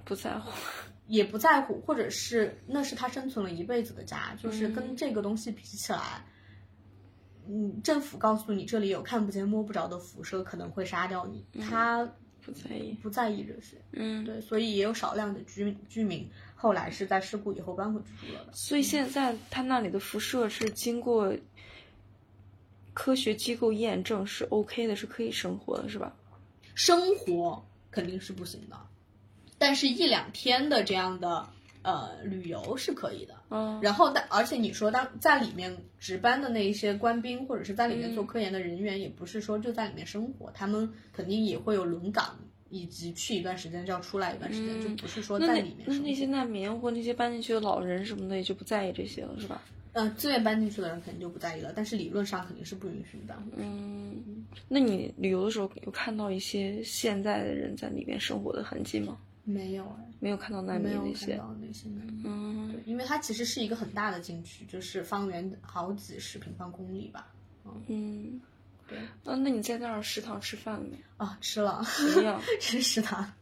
不在乎。 也不在乎，或者是那是他生存了一辈子的家，就是跟这个东西比起来，嗯，政府告诉你这里有看不见摸不着的辐射，可能会杀掉你，他不在意，不在意这些，嗯，对，所以也有少量的居民居民后来是在事故以后搬回去住了的。所以现在他那里的辐射是经过科学机构验证是 OK 的，是可以生活的，是吧？生活肯定是不行的，但是一两天的这样的呃旅游是可以的。嗯，然后但而且你说当在里面值班的那一些官兵，或者是在里面做嗯科研的人员，也不是说就在里面生活，他们肯定也会有轮岗，以及去一段时间就要出来一段时间，嗯就不是说那在那里面那生那些活。难民或那些搬进去的老人什么的也就不在意这些了，是吧？嗯、自愿搬进去的人肯定就不在意了，但是理论上肯定是不允许你搬回去。嗯，那你旅游的时候有看到一些现在的人在里面生活的痕迹吗？没有哎，没有看到难没民有那看些。到那些男的。嗯对，因为它其实是一个很大的禁区，就是方圆好几十平方公里吧。嗯，对那那你在那儿食堂吃饭了 没？啊，吃了。怎么样？吃食堂。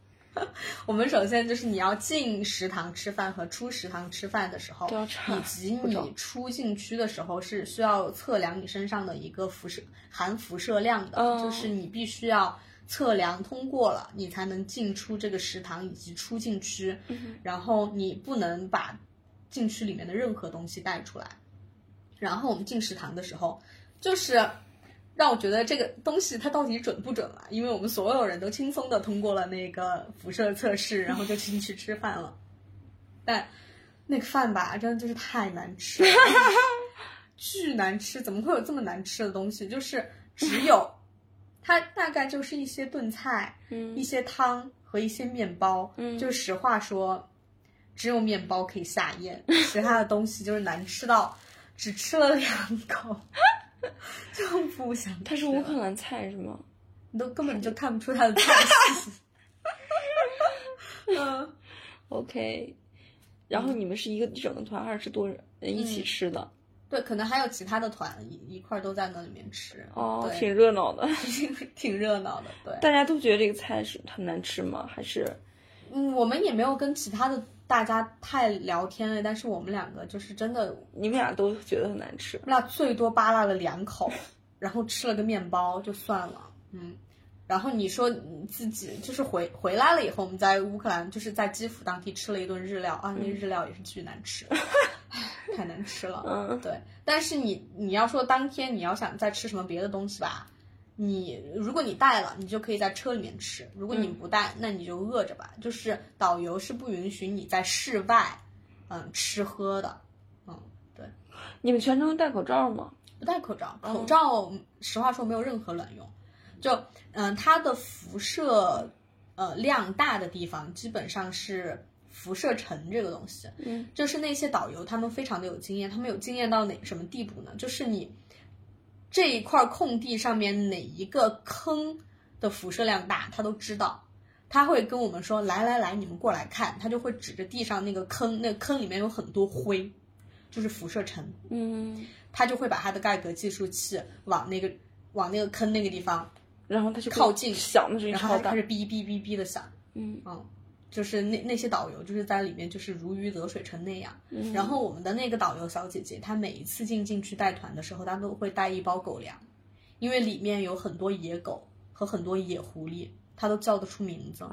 我们首先就是你要进食堂吃饭和出食堂吃饭的时候都要，查以及不懂你出禁区的时候是需要测量你身上的一个辐射含辐射量的，哦就是你必须要测量通过了，你才能进出这个食堂以及出禁区，嗯然后你不能把禁区里面的任何东西带出来。然后我们进食堂的时候，就是让我觉得这个东西它到底准不准啊？因为我们所有人都轻松的通过了那个辐射测试，然后就进去吃饭了。但那个饭吧，真的就是太难吃了，巨难吃！怎么会有这么难吃的东西？就是只 有它大概就是一些炖菜、嗯一些汤和一些面包。嗯就实话说，只有面包可以下 咽，其他的东西就是难吃到只吃了两口就不想吃了。它是乌克兰菜是吗？你都根本就看不出它的菜 系。嗯， OK，然后你们是一个一整个团二十多人呃一嗯起吃的，对，可能还有其他的团一一块儿都在那里面吃，哦，对挺热闹的。挺 挺热闹的。对，大家都觉得这个菜是很难吃吗？还是嗯，我们也没有跟其他的大家太聊天了，但是我们两个就是真的，我你们俩都觉得很难吃？们俩最多扒拉了两口，然后吃了个面包就算了，嗯。然后你说你自己就是回回来了以后，我们在乌克兰就是在基辅当地吃了一顿日料啊，那日料也是巨难吃，唉太难吃了。嗯，对，但是你你要说当天你要想再吃什么别的东西吧，你如果你带了，你就可以在车里面吃；如果你嗯不带，那你就饿着吧。就是导游是不允许你在室外，嗯，吃喝的，嗯，对，你们全程戴口罩吗？不戴口罩，口嗯罩、实话说没有任何卵用。就嗯、呃它的辐射呃量大的地方，基本上是辐射尘这个东西。嗯，就是那些导游他们非常的有经验，他们有经验到哪什么地步呢？就是你这一块空地上面哪一个坑的辐射量大，他都知道。他会跟我们说：“来来来，你们过来看。”他就会指着地上那个坑，那个坑里面有很多灰，就是辐射尘。嗯，他就会把他的盖革计数器往那个往那个坑那个地方，然后他就靠近想的声音然后超它大开，始哔哔哔哔的响。嗯嗯，就是那那些导游就是在里面就是如鱼得水成那样。嗯，然后我们的那个导游小姐姐，她每一次进禁区带团的时候，她都会带一包狗粮，因为里面有很多野狗和很多野狐狸，她都叫得出名字。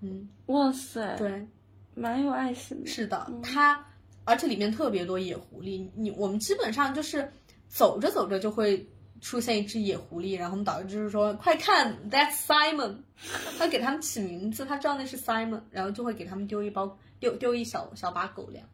嗯，哇塞，，对，蛮有爱心的，是的，它而且里面特别多野狐狸，你我们基本上就是走着走着就会出现一只野狐狸，然后我们导游就是说快看，That's Simon，他给他们起名字，他知道那是 Simon，然后就会给他们丢一包丢丢一小小把狗粮。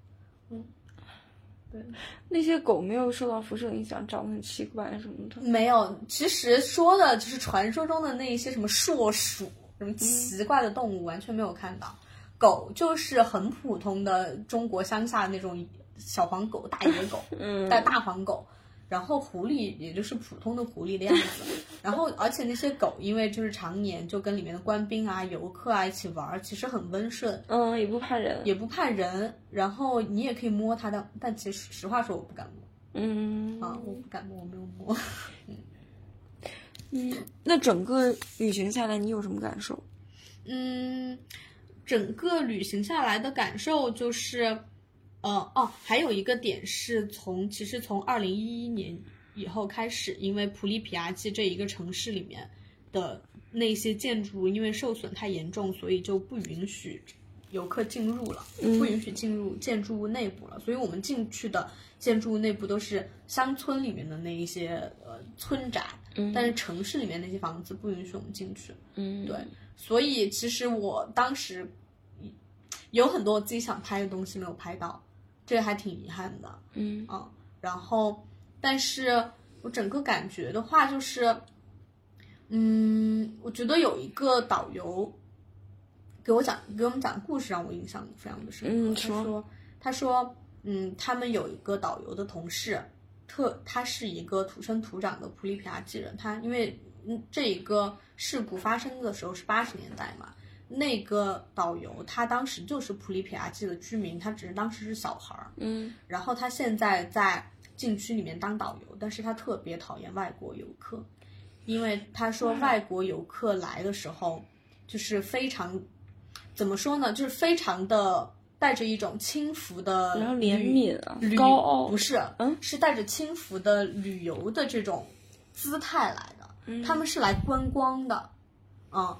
那些狗没有受到辐射影响，长得很奇怪什么的，没有，其实说的就是传说中的那一些什么硕鼠，什么奇怪的动物，完全没有看到。狗就是很普通的中国乡下那种小黄狗、大野狗。嗯带大黄狗，然后狐狸也就是普通的狐狸的 样子，然后而且那些狗因为就是常年就跟里面的官兵啊、游客啊一起玩儿，其实很温顺，嗯，也不怕人，也不怕人，然后你也可以摸它，但但其实实话说我不敢摸嗯啊，我不敢摸，我没有摸。嗯，那整个旅行下来你有什么感受？嗯，整个旅行下来的感受就是，呃哦，还有一个点是从其实从二零一一年以后开始，因为普利皮亚季这一个城市里面的那些建筑因为受损太严重，所以就不允许游客进入了，嗯不允许进入建筑物内部了，所以我们进去的建筑物内部都是乡村里面的那一些呃村宅，嗯但是城市里面那些房子不允许我们进去。嗯，对，所以其实我当时嗯有很多我自己想拍的东西没有拍到，这还挺遗憾的。嗯嗯，然后，但是我整个感觉的话就是，嗯，我觉得有一个导游给我讲给我们讲故事，让我印象非常的深刻。嗯他说说他说嗯，他们有一个导游的同事，特他是一个土生土长的普利皮亚季人，他因为嗯这一个事故发生的时候是八十年代嘛。那个导游他当时就是普利皮亚季的居民，他只是当时是小孩儿，嗯然后他现在在禁区里面当导游，但是他特别讨厌外国游客，因为他说外国游客来的时候，就是非常，怎么说呢，就是非常的带着一种轻浮的旅，然后怜悯啊旅高傲不是，嗯是带着轻浮的旅游的这种姿态来的，嗯他们是来观光的，嗯，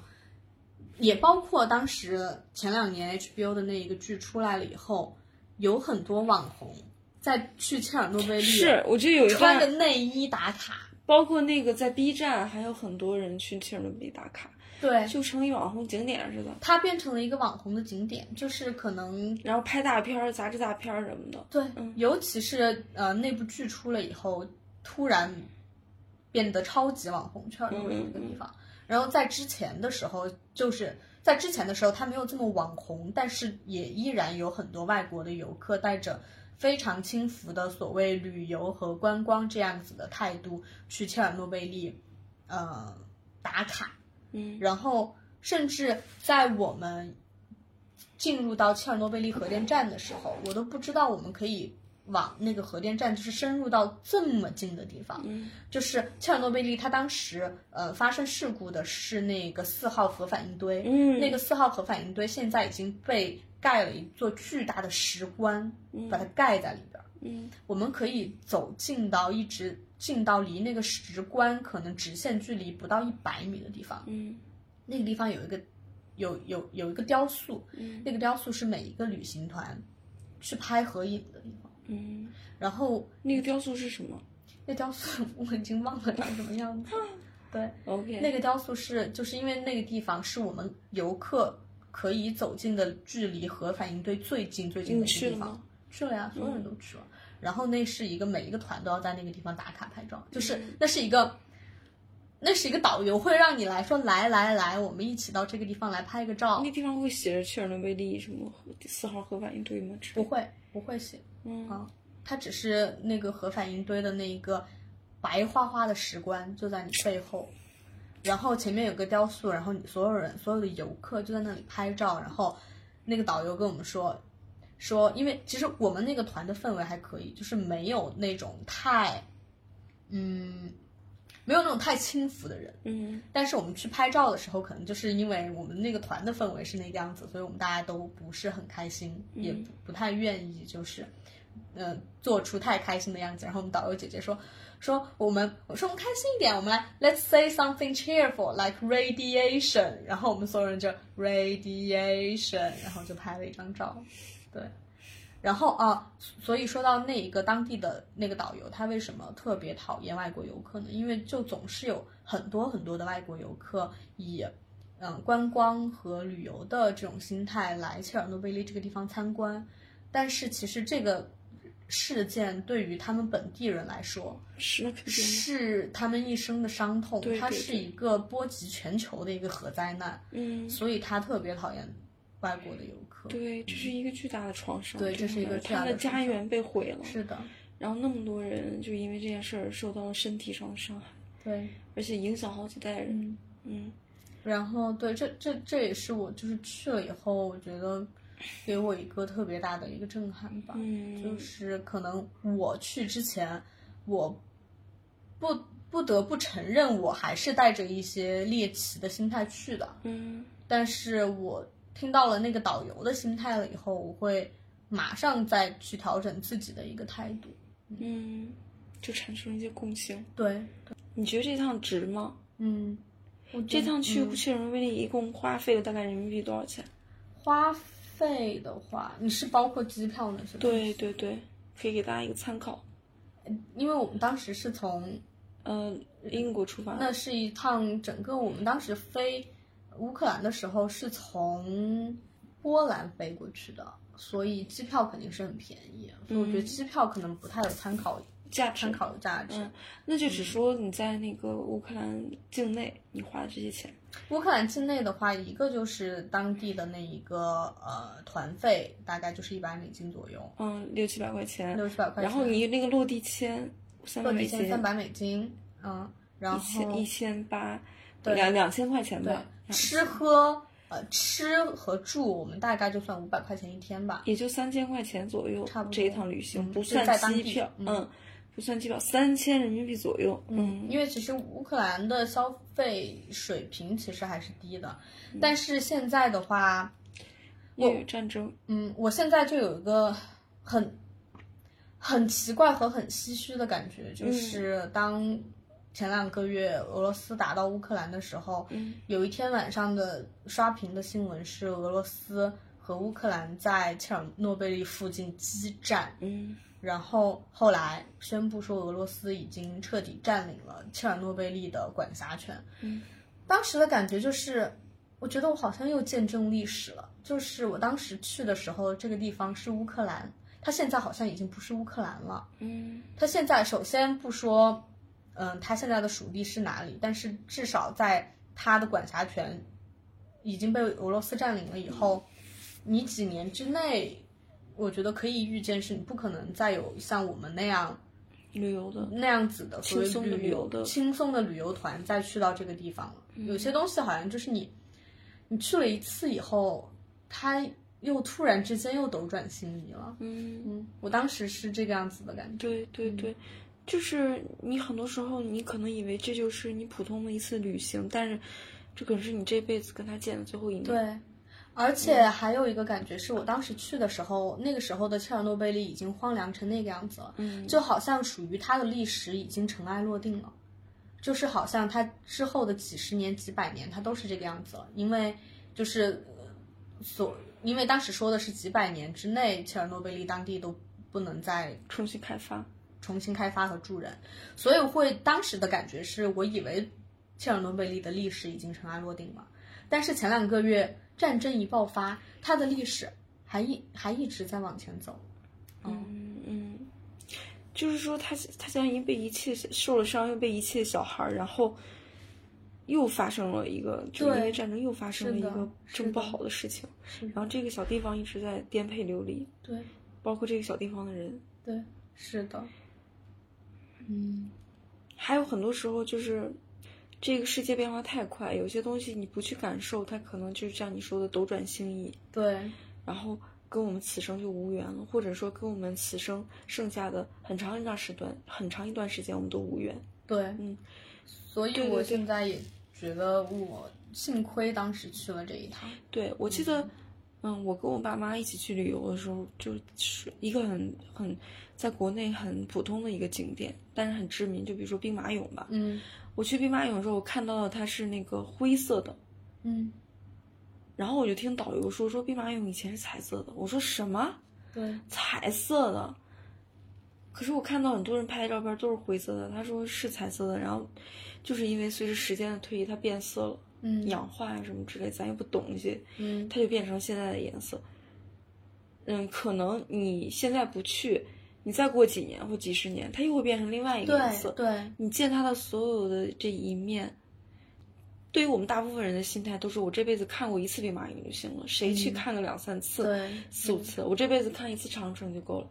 也包括当时前两年 HBO 的那一个剧出来了以后，有很多网红在去切尔诺贝利是，我记得有一穿段着，内衣打卡，包括那个在 B 站，还有很多人去切尔诺贝利打卡，对，就成一网红景点似的，它变成了一个网红的景点，就是可能然后拍大片儿、杂志大片儿什么的。对，嗯尤其是呃那部剧出了以后，突然变得超级网红圈那么一个地方。然后在之前的时候，就是在之前的时候，它没有这么网红，但是也依然有很多外国的游客带着非常轻浮的所谓旅游和观光这样子的态度去切尔诺贝利，呃打卡。嗯然后甚至在我们进入到切尔诺贝利核电站的时候，我都不知道我们可以往那个核电站就是深入到这么近的地方。嗯就是切尔诺贝利，它当时呃发生事故的是那个四号核反应堆，嗯那个四号核反应堆现在已经被盖了一座巨大的石棺，嗯把它盖在里边儿。嗯我们可以走近到一直近到离那个石棺可能直线距离不到一百米的地方，嗯那个地方有一个有有有一个雕塑，嗯那个雕塑是每一个旅行团去拍合影的地方。嗯，然后那个雕塑是什么那雕塑我已经忘了长什么样子，对， ？OK，那个雕塑是就是因为那个地方是我们游客可以走近的距离核反应堆最近最近你的一去个了嗯地吗嗯方。去了呀，所有人都去了。嗯然后那是一个每一个团都要在那个地方打卡拍照，就是那是一个那是一个导游会让你来说来来来，我们一起到这个地方来拍个照那。地方会写着切尔诺贝利什么四号核反应堆吗？不会，不会写，嗯，啊，它只是那个核反应堆的那一个白花花的石棺就在你背后，然后前面有个雕塑，然后你所有人所有的游客就在那里拍照，然后那个导游跟我们说。说，因为其实我们那个团的氛围还可以，就是没有那种太，嗯，没有那种太轻浮的人，嗯，但是我们去拍照的时候，可能就是因为我们那个团的氛围是那个样子，所以我们大家都不是很开心，也不不太愿意就是，呃，做出太开心的样子。然后我们导游姐姐说，说我们，我说我们开心一点，我们来 let's say something cheerful like radiation。然后我们所有人就 radiation，然后就拍了一张照，对。然后啊，所以说到那一个当地的那个导游，他为什么特别讨厌外国游客呢？因为就总是有很多很多的外国游客以嗯观光和旅游的这种心态来切尔诺贝利这个地方参观，但是其实这个事件对于他们本地人来说是那肯定的，是他们一生的伤痛，对它对是对一个波及全球的一个核灾难，嗯，所以他特别讨厌外国的游客。对，这是一个巨大的创伤，对这是一真的个巨大他的的创家伤园被毁了，是的，然后那么多人就因为这件事儿受到了身体上的伤害，对，而且影响好几代人，嗯。嗯然后对，这这这也是我就是去了以后，我觉得给我一个特别大的一个震撼吧。嗯，就是可能我去之前，我不不得不承认，我还是带着一些猎奇的心态去的。嗯但是我听到了那个导游的心态了以后，我会马上再去调整自己的一个态度。嗯，就产生了一些共性。对，你觉得这趟值吗？嗯，我觉这得趟去嗯切尔诺贝利一共花费了大概人民币多少钱？花费的话，你是包括机票那些？，对对对，可以给大家一个参考。因为我们当时是从呃，英国出发，那是一趟整个我们当时飞乌克兰的时候是从波兰飞过去的，所以机票肯定是很便宜，所以我觉得机票可能不太有参考价值参考的价值。嗯那就只说你在那个乌克兰境内你花的这些钱。乌克兰境内的话，一个就是当地的那一个呃团费，大概就是一百美金左右，嗯，六七百块钱，六七百块钱。然后你那个落地签三百落美地金，签三百美金，嗯，然一千后一千八，对两两千块钱对吧，吃喝呃吃和住，我们大概就算五百块钱一天吧。也就三千块钱左右。差不多这一趟旅行嗯不就算在当机地票，嗯嗯，不算机票，三千人民币左右。嗯，因为其实乌克兰的消费水平其实还是低的，但是现在的话，因为有战争，嗯，我现在就有一个很很奇怪和很唏嘘的感觉，就是当前两个月俄罗斯打到乌克兰的时候，有一天晚上的刷屏的新闻是俄罗斯和乌克兰在切尔诺贝利附近激战，嗯然后后来宣布说俄罗斯已经彻底占领了切尔诺贝利的管辖权。嗯，当时的感觉就是，我觉得我好像又见证历史了。就是我当时去的时候，这个地方是乌克兰，它现在好像已经不是乌克兰了。嗯它现在首先不说，嗯，它现在的属地是哪里，但是至少在它的管辖权已经被俄罗斯占领了以后，你几年之内，我觉得可以预见是你不可能再有像我们那样旅游的，那样子的所谓轻松的旅旅游的嗯轻松的旅游团再去到这个地方了。有些东西好像就是你你去了一次以后，它又突然之间又斗转星移了。嗯。嗯，我当时是这个样子的感觉。对对对，就是你很多时候你可能以为这就是你普通的一次旅行，但是这可是你这辈子跟他见的最后一面。，对，而且还有一个感觉是我当时去的时候，那个时候的切尔诺贝利已经荒凉成那个样子了，嗯，就好像属于它的历史已经尘埃落定了，就是好像它之后的几十年、几百年，它都是这个样子了，因为就是呃所，因为当时说的是几百年之内，切尔诺贝利当地都不能再重新开发。重新开发和住人，所以会当时的感觉是我以为切尔诺贝利的历史已经尘埃落定了，但是前两个月战争一爆发，它的历史还一还一直在往前走。嗯嗯，就是说他他像一个被遗弃受了伤又被遗弃的小孩儿，然后又发生了一个，就是因为战争又发生了一是的个这么是的不好的事情，的然后这个小地方一直在颠沛流离，对包括这个小地方的人，对，是的，嗯，还有很多时候就是这个世界变化太快，有些东西你不去感受，它可能就是像你说的斗转星移，对然后跟我们此生就无缘了，或者说跟我们此生剩下的很长一段时段，很长一段时间我们都无缘。对，嗯，所以对对我对现在也觉得我幸亏当时去了这一趟，对，我记得，嗯，我跟我爸妈一起去旅游的时候，就是一个很很在国内很普通的一个景点，但是很知名，就比如说兵马俑吧。嗯我去兵马俑的时候，我看到了它是那个灰色的，嗯，然后我就听导游说说兵马俑以前是彩色的，我说什么对彩色的？可是我看到很多人拍的照片都是灰色的，他说是彩色的，然后就是因为随着时间的推移，它变色了，嗯氧化呀什么之类，咱也不懂这些，嗯它就变成现在的颜色。嗯，可能你现在不去，你再过几年或几十年，它又会变成另外一个颜色对。对你见它的所有的这一面，对于我们大部分人的心态都是：我这辈子看过一次兵马俑就行了，谁去看个两三次、嗯对嗯四五次？我这辈子看一次长城就够了。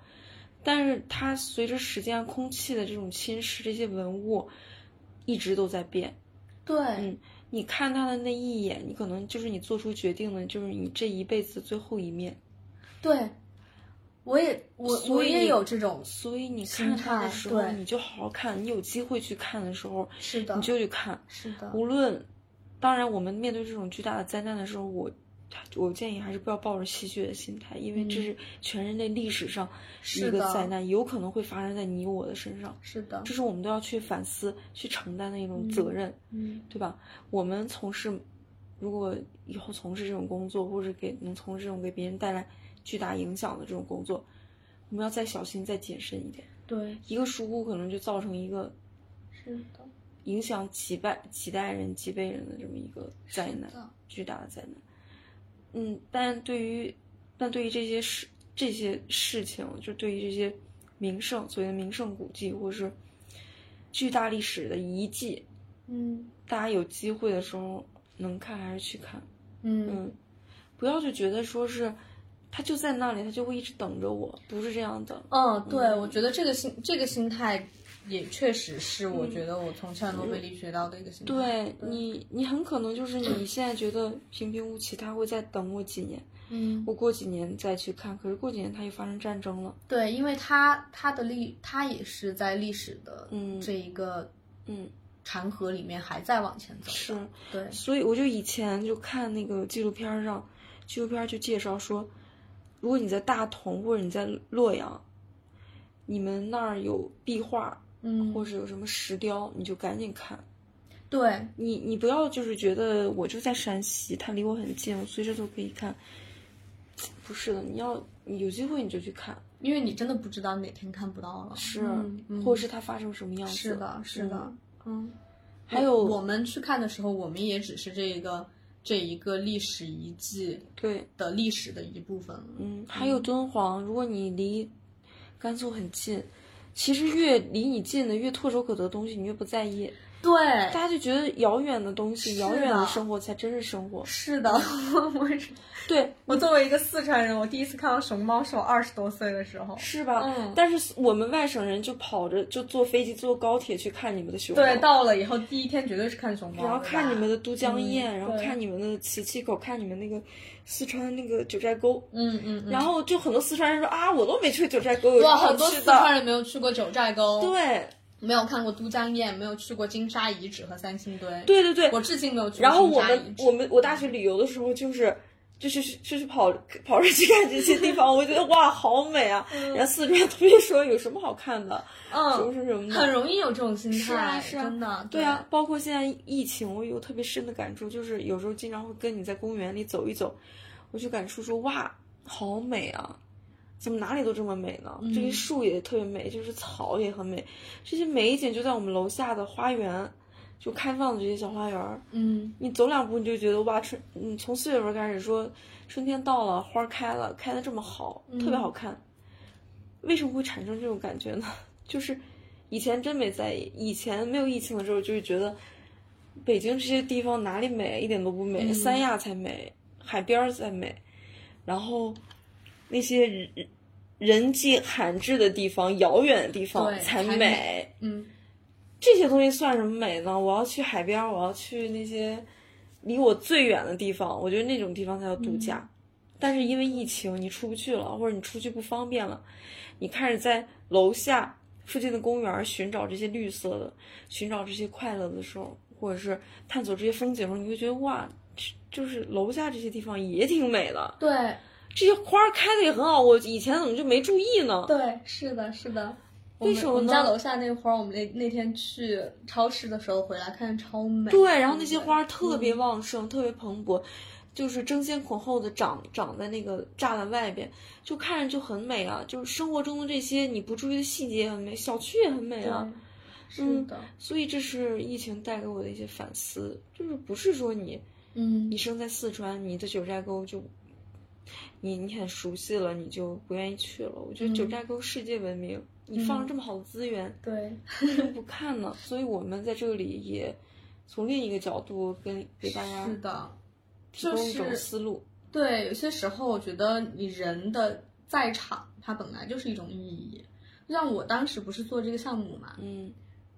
但是它随着时间、空气的这种侵蚀，这些文物一直都在变。对嗯，你看他的那一眼，你可能就是你做出决定的，就是你这一辈子最后一面。对，我也我所我以也有这种，所以你心看他的态时候，对你就好好看。你有机会去看的时候，是的你，就去看。是的，无论，当然，我们面对这种巨大的灾难的时候，我我建议还是不要抱着戏谑的心态，因为这嗯是全人类历史上是一个的灾难，有可能会发生在你我的身上。是的，这是我们都要去反思、去承担的一种嗯责任。嗯对吧？我们从事，如果以后从事这种工作，或者给能从事这种给别人带来巨大影响的这种工作，我们要再小心、再谨慎一点。对，一个疏忽可能就造成一个是的。影响几代、几代人、几辈人的这么一个灾难是的，巨大的灾难。嗯，但对于但对于这些事、这些事情，就对于这些名胜，所谓的名胜古迹，或是巨大历史的遗迹，嗯大家有机会的时候能看还是去看，嗯嗯，不要就觉得说是它就在那里，它就会一直等着我，不是这样的。嗯，对，嗯我觉得这个心这个心态也确实是，我嗯觉得我从切尔诺贝利学到的一个心态。对，你，你很可能就是你现在觉得平平无奇，它会再等我几年，嗯，我过几年再去看，可是过几年它又发生战争了，对，因为它它的历，它也是在历史的嗯这一个嗯，长河里面还在往前走。是，对，所以我就以前就看那个纪录片儿上，纪录片儿就介绍说，如果你在大同或者你在洛阳，你们那儿有壁画，嗯，或者有什么石雕，你就赶紧看。对你你不要就是觉得我就在山西，它离我很近，我随时都可以看。不是的，你要你有机会你就去看，因为你真的不知道哪天看不到了。是，嗯嗯或者是它发生什么样子。是的，是的嗯，嗯。还有我们去看的时候，我们也只是这一个这一个历史遗迹对，的历史的一部分了。嗯，还有敦煌，如果你离甘肃很近，其实越离你近的越唾手可得的东西，你越不在意，对大，家就觉得遥远的东西、是遥远的的生活才真是生活。是的，我也是对，我作为一个四川人，我第一次看到熊猫是我二十多岁的时候。是吧？嗯但是我们外省人就跑着就坐飞机、坐高铁去看你们的熊猫，对，到了以后第一天绝对是看熊猫，然后看你们的的，都江堰，然后嗯对看你们的磁器口，看你们那个四川那个九寨沟。嗯嗯嗯。然后就很多四川人说啊，我都没去九寨沟，有什哇，么好很多吃四的川人没有去过九寨沟，，对没有看过都江堰，没有去过金沙遗址和三星堆。，对对对，我至今没有去过然后金我沙遗们址我们我大学旅游的时候就是。就是就是跑跑着去看这些地方，我觉得哇，好美啊！然后四川同学说有什么好看的，什么嗯，什么什么的，很容易有这种心态，是啊是啊真的，对啊，，包括现在疫情，我有特别深的感触，就是有时候经常会跟你在公园里走一走，我就感触说哇，好美啊！怎么哪里都这么美呢？嗯这些树也特别美，就是草也很美，这些美景就在我们楼下的花园，就开放的这些小花园儿。嗯，你走两步你就觉得哇，春，嗯，从四月份开始说，春天到了，花儿开了，开的这么好，特嗯别好看。为什么会产生这种 感觉呢？就是以前真没在意，以前没有疫情的时候，就是觉得北京这些地方哪里美？一点都不美，嗯三亚才美，海边儿才美，然后那些人人迹罕至的地方、遥远的地方对才才美嗯，这些东西算什么美呢？我要去海边儿，我要去那些离我最远的地方，我觉得那种地方才叫度假。但是因为疫情，你出不去了，或者你出去不方便了，你开始在楼下附近的公园儿寻找这些绿色的，寻找这些快乐的时候，或者是探索这些风景的时候，你会觉得哇，这就是楼下这些地方也挺美的，对这些花儿开的也很好，我以前怎么就没注意呢？对，是的，是的。我为们什么我们呢家楼下那花儿，我们那那天去超市的时候回来看超美。对，然后那嗯嗯些花儿特别旺盛，特别蓬勃，就是争先恐后的长长在那个栅栏外边，就看着就很美啊。就是生活中的这些你不注意的细节也很美，小区也很美对啊。，嗯是的，所以这是疫情带给我的一些反思，就是不是说你嗯你生在四川，你的九寨沟就你你很熟悉了，你就不愿意去了。我觉得九嗯寨沟世界闻名，你放了这么好的资源，对，为什么不看呢？所以我们在这里也从另一个角度跟给大家是的，提供一种就是思路。对，有些时候我觉得你人的在场，它本来就是一种意义。就像我当时不是做这个项目嘛，嗯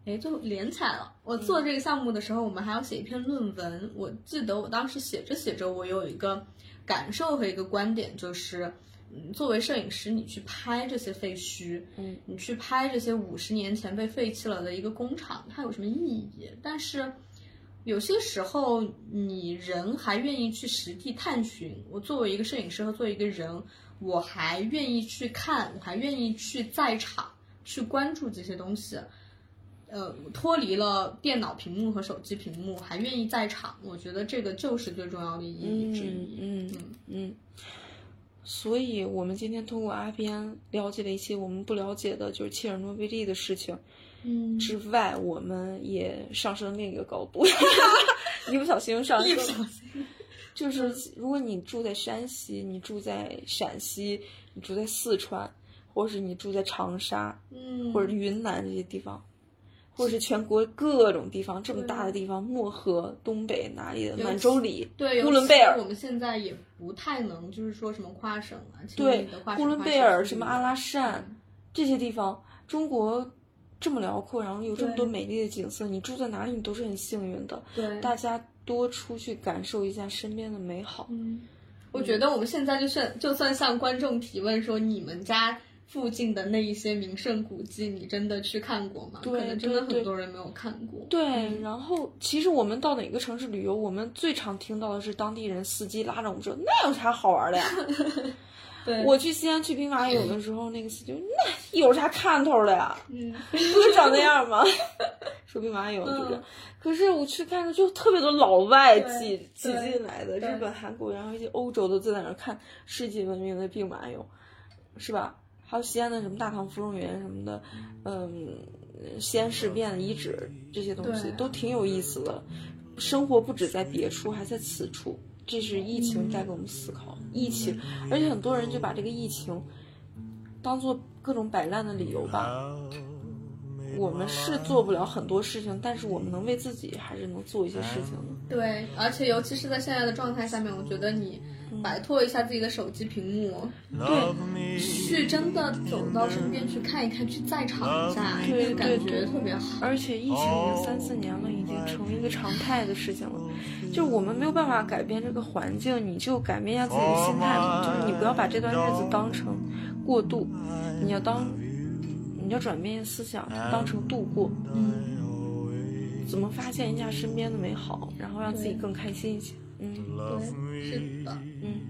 哎，就连起来了。我做这个项目的时候，我们还要写一篇论文。我记得我当时写着写着，我有一个感受和一个观点，就是，嗯，作为摄影师，你去拍这些废墟，嗯，你去拍这些五十年前被废弃了的一个工厂，它有什么意义？但是。有些时候，你人还愿意去实地探寻。我作为一个摄影师和作为一个人，我还愿意去看，我还愿意去在场去关注这些东西。呃，脱离了电脑屏幕和手机屏幕，还愿意在场，我觉得这个就是最重要的意义之嗯一。嗯嗯。所以，我们今天通过阿边了解了一些我们不了解的，就是切尔诺贝利的事情嗯，之外，我们也上升另一个高度， 一不小心嗯上升。就是如果你住在山西，你住在陕西，你住在四川，或者是你住在长沙，嗯，或者云南这些地方，或者是全国各种地方这么大的地方，漠河、东北哪里的尤其满洲里、对，呼伦贝尔尤其我们现在也不太能就是说什么跨省啊，其实对你的跨省呼伦贝跨尔、省什么阿拉嗯善这些地方，中国这么辽阔，然后有这么多美丽的景色，你住在哪里你都是很幸运的。对，大家多出去感受一下身边的美好。嗯，我觉得我们现在就算就算向观众提问说，你们家附近的那一些名胜古迹，你真的去看过吗？对可能真的对对很多人没有看过。嗯对，然后其实我们到哪个城市旅游，我们最常听到的是当地人司机拉着我们说：“那有啥好玩的呀？”对我去西安去兵马俑的时候，那个司机就那有啥看头的 呀？嗯，不就长那样吗？ 说兵马俑就是，嗯可是我去看着就特别多老外挤挤对进来的，对日本、韩国，然后一些欧洲的都在那儿看世界闻名的兵马俑，是吧？还有西安的什么大唐芙蓉园什么的，嗯，西安事变的遗址这些东西对都挺有意思的。生活不止在别处，还在此处，这是疫情带给我们思考。疫情，而且很多人就把这个疫情当做各种摆烂的理由吧。我们是做不了很多事情，但是我们能为自己还是能做一些事情的。对，而且尤其是在现在的状态下面，我觉得你嗯摆脱一下自己的手机屏幕，对，去真的走到身边去看一看，去在场一下，对那个感对觉特别好。而且疫情已经三四年了，已经成为一个常态的事情了。就是我们没有办法改变这个环境，你就改变一下自己的心态嘛。就是你不要把这段日子当成过渡，你要当你要转变一下思想，当成度过。嗯怎么发现一下身边的美好，然后让自己更开心一些。嗯 对，是的。嗯，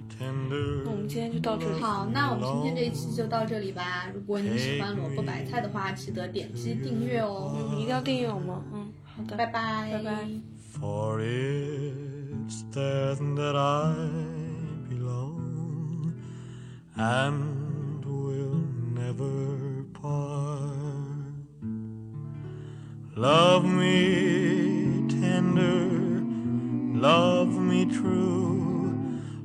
那我们今天就到这里。好，那我们今天这一期就到这里吧。如果你喜欢萝卜白菜的话，记得点击订阅哦。嗯，一定要订阅我们。嗯，好的，拜拜，拜拜。 For it's there that I belong and will never part. Love me tender, love me true,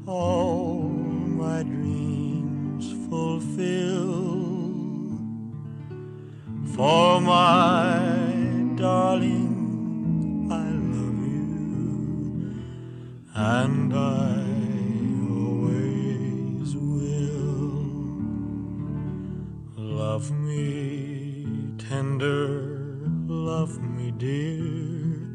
all my dreams fulfill. For my darling, I love you. and I always will. Love me tender, love me dear,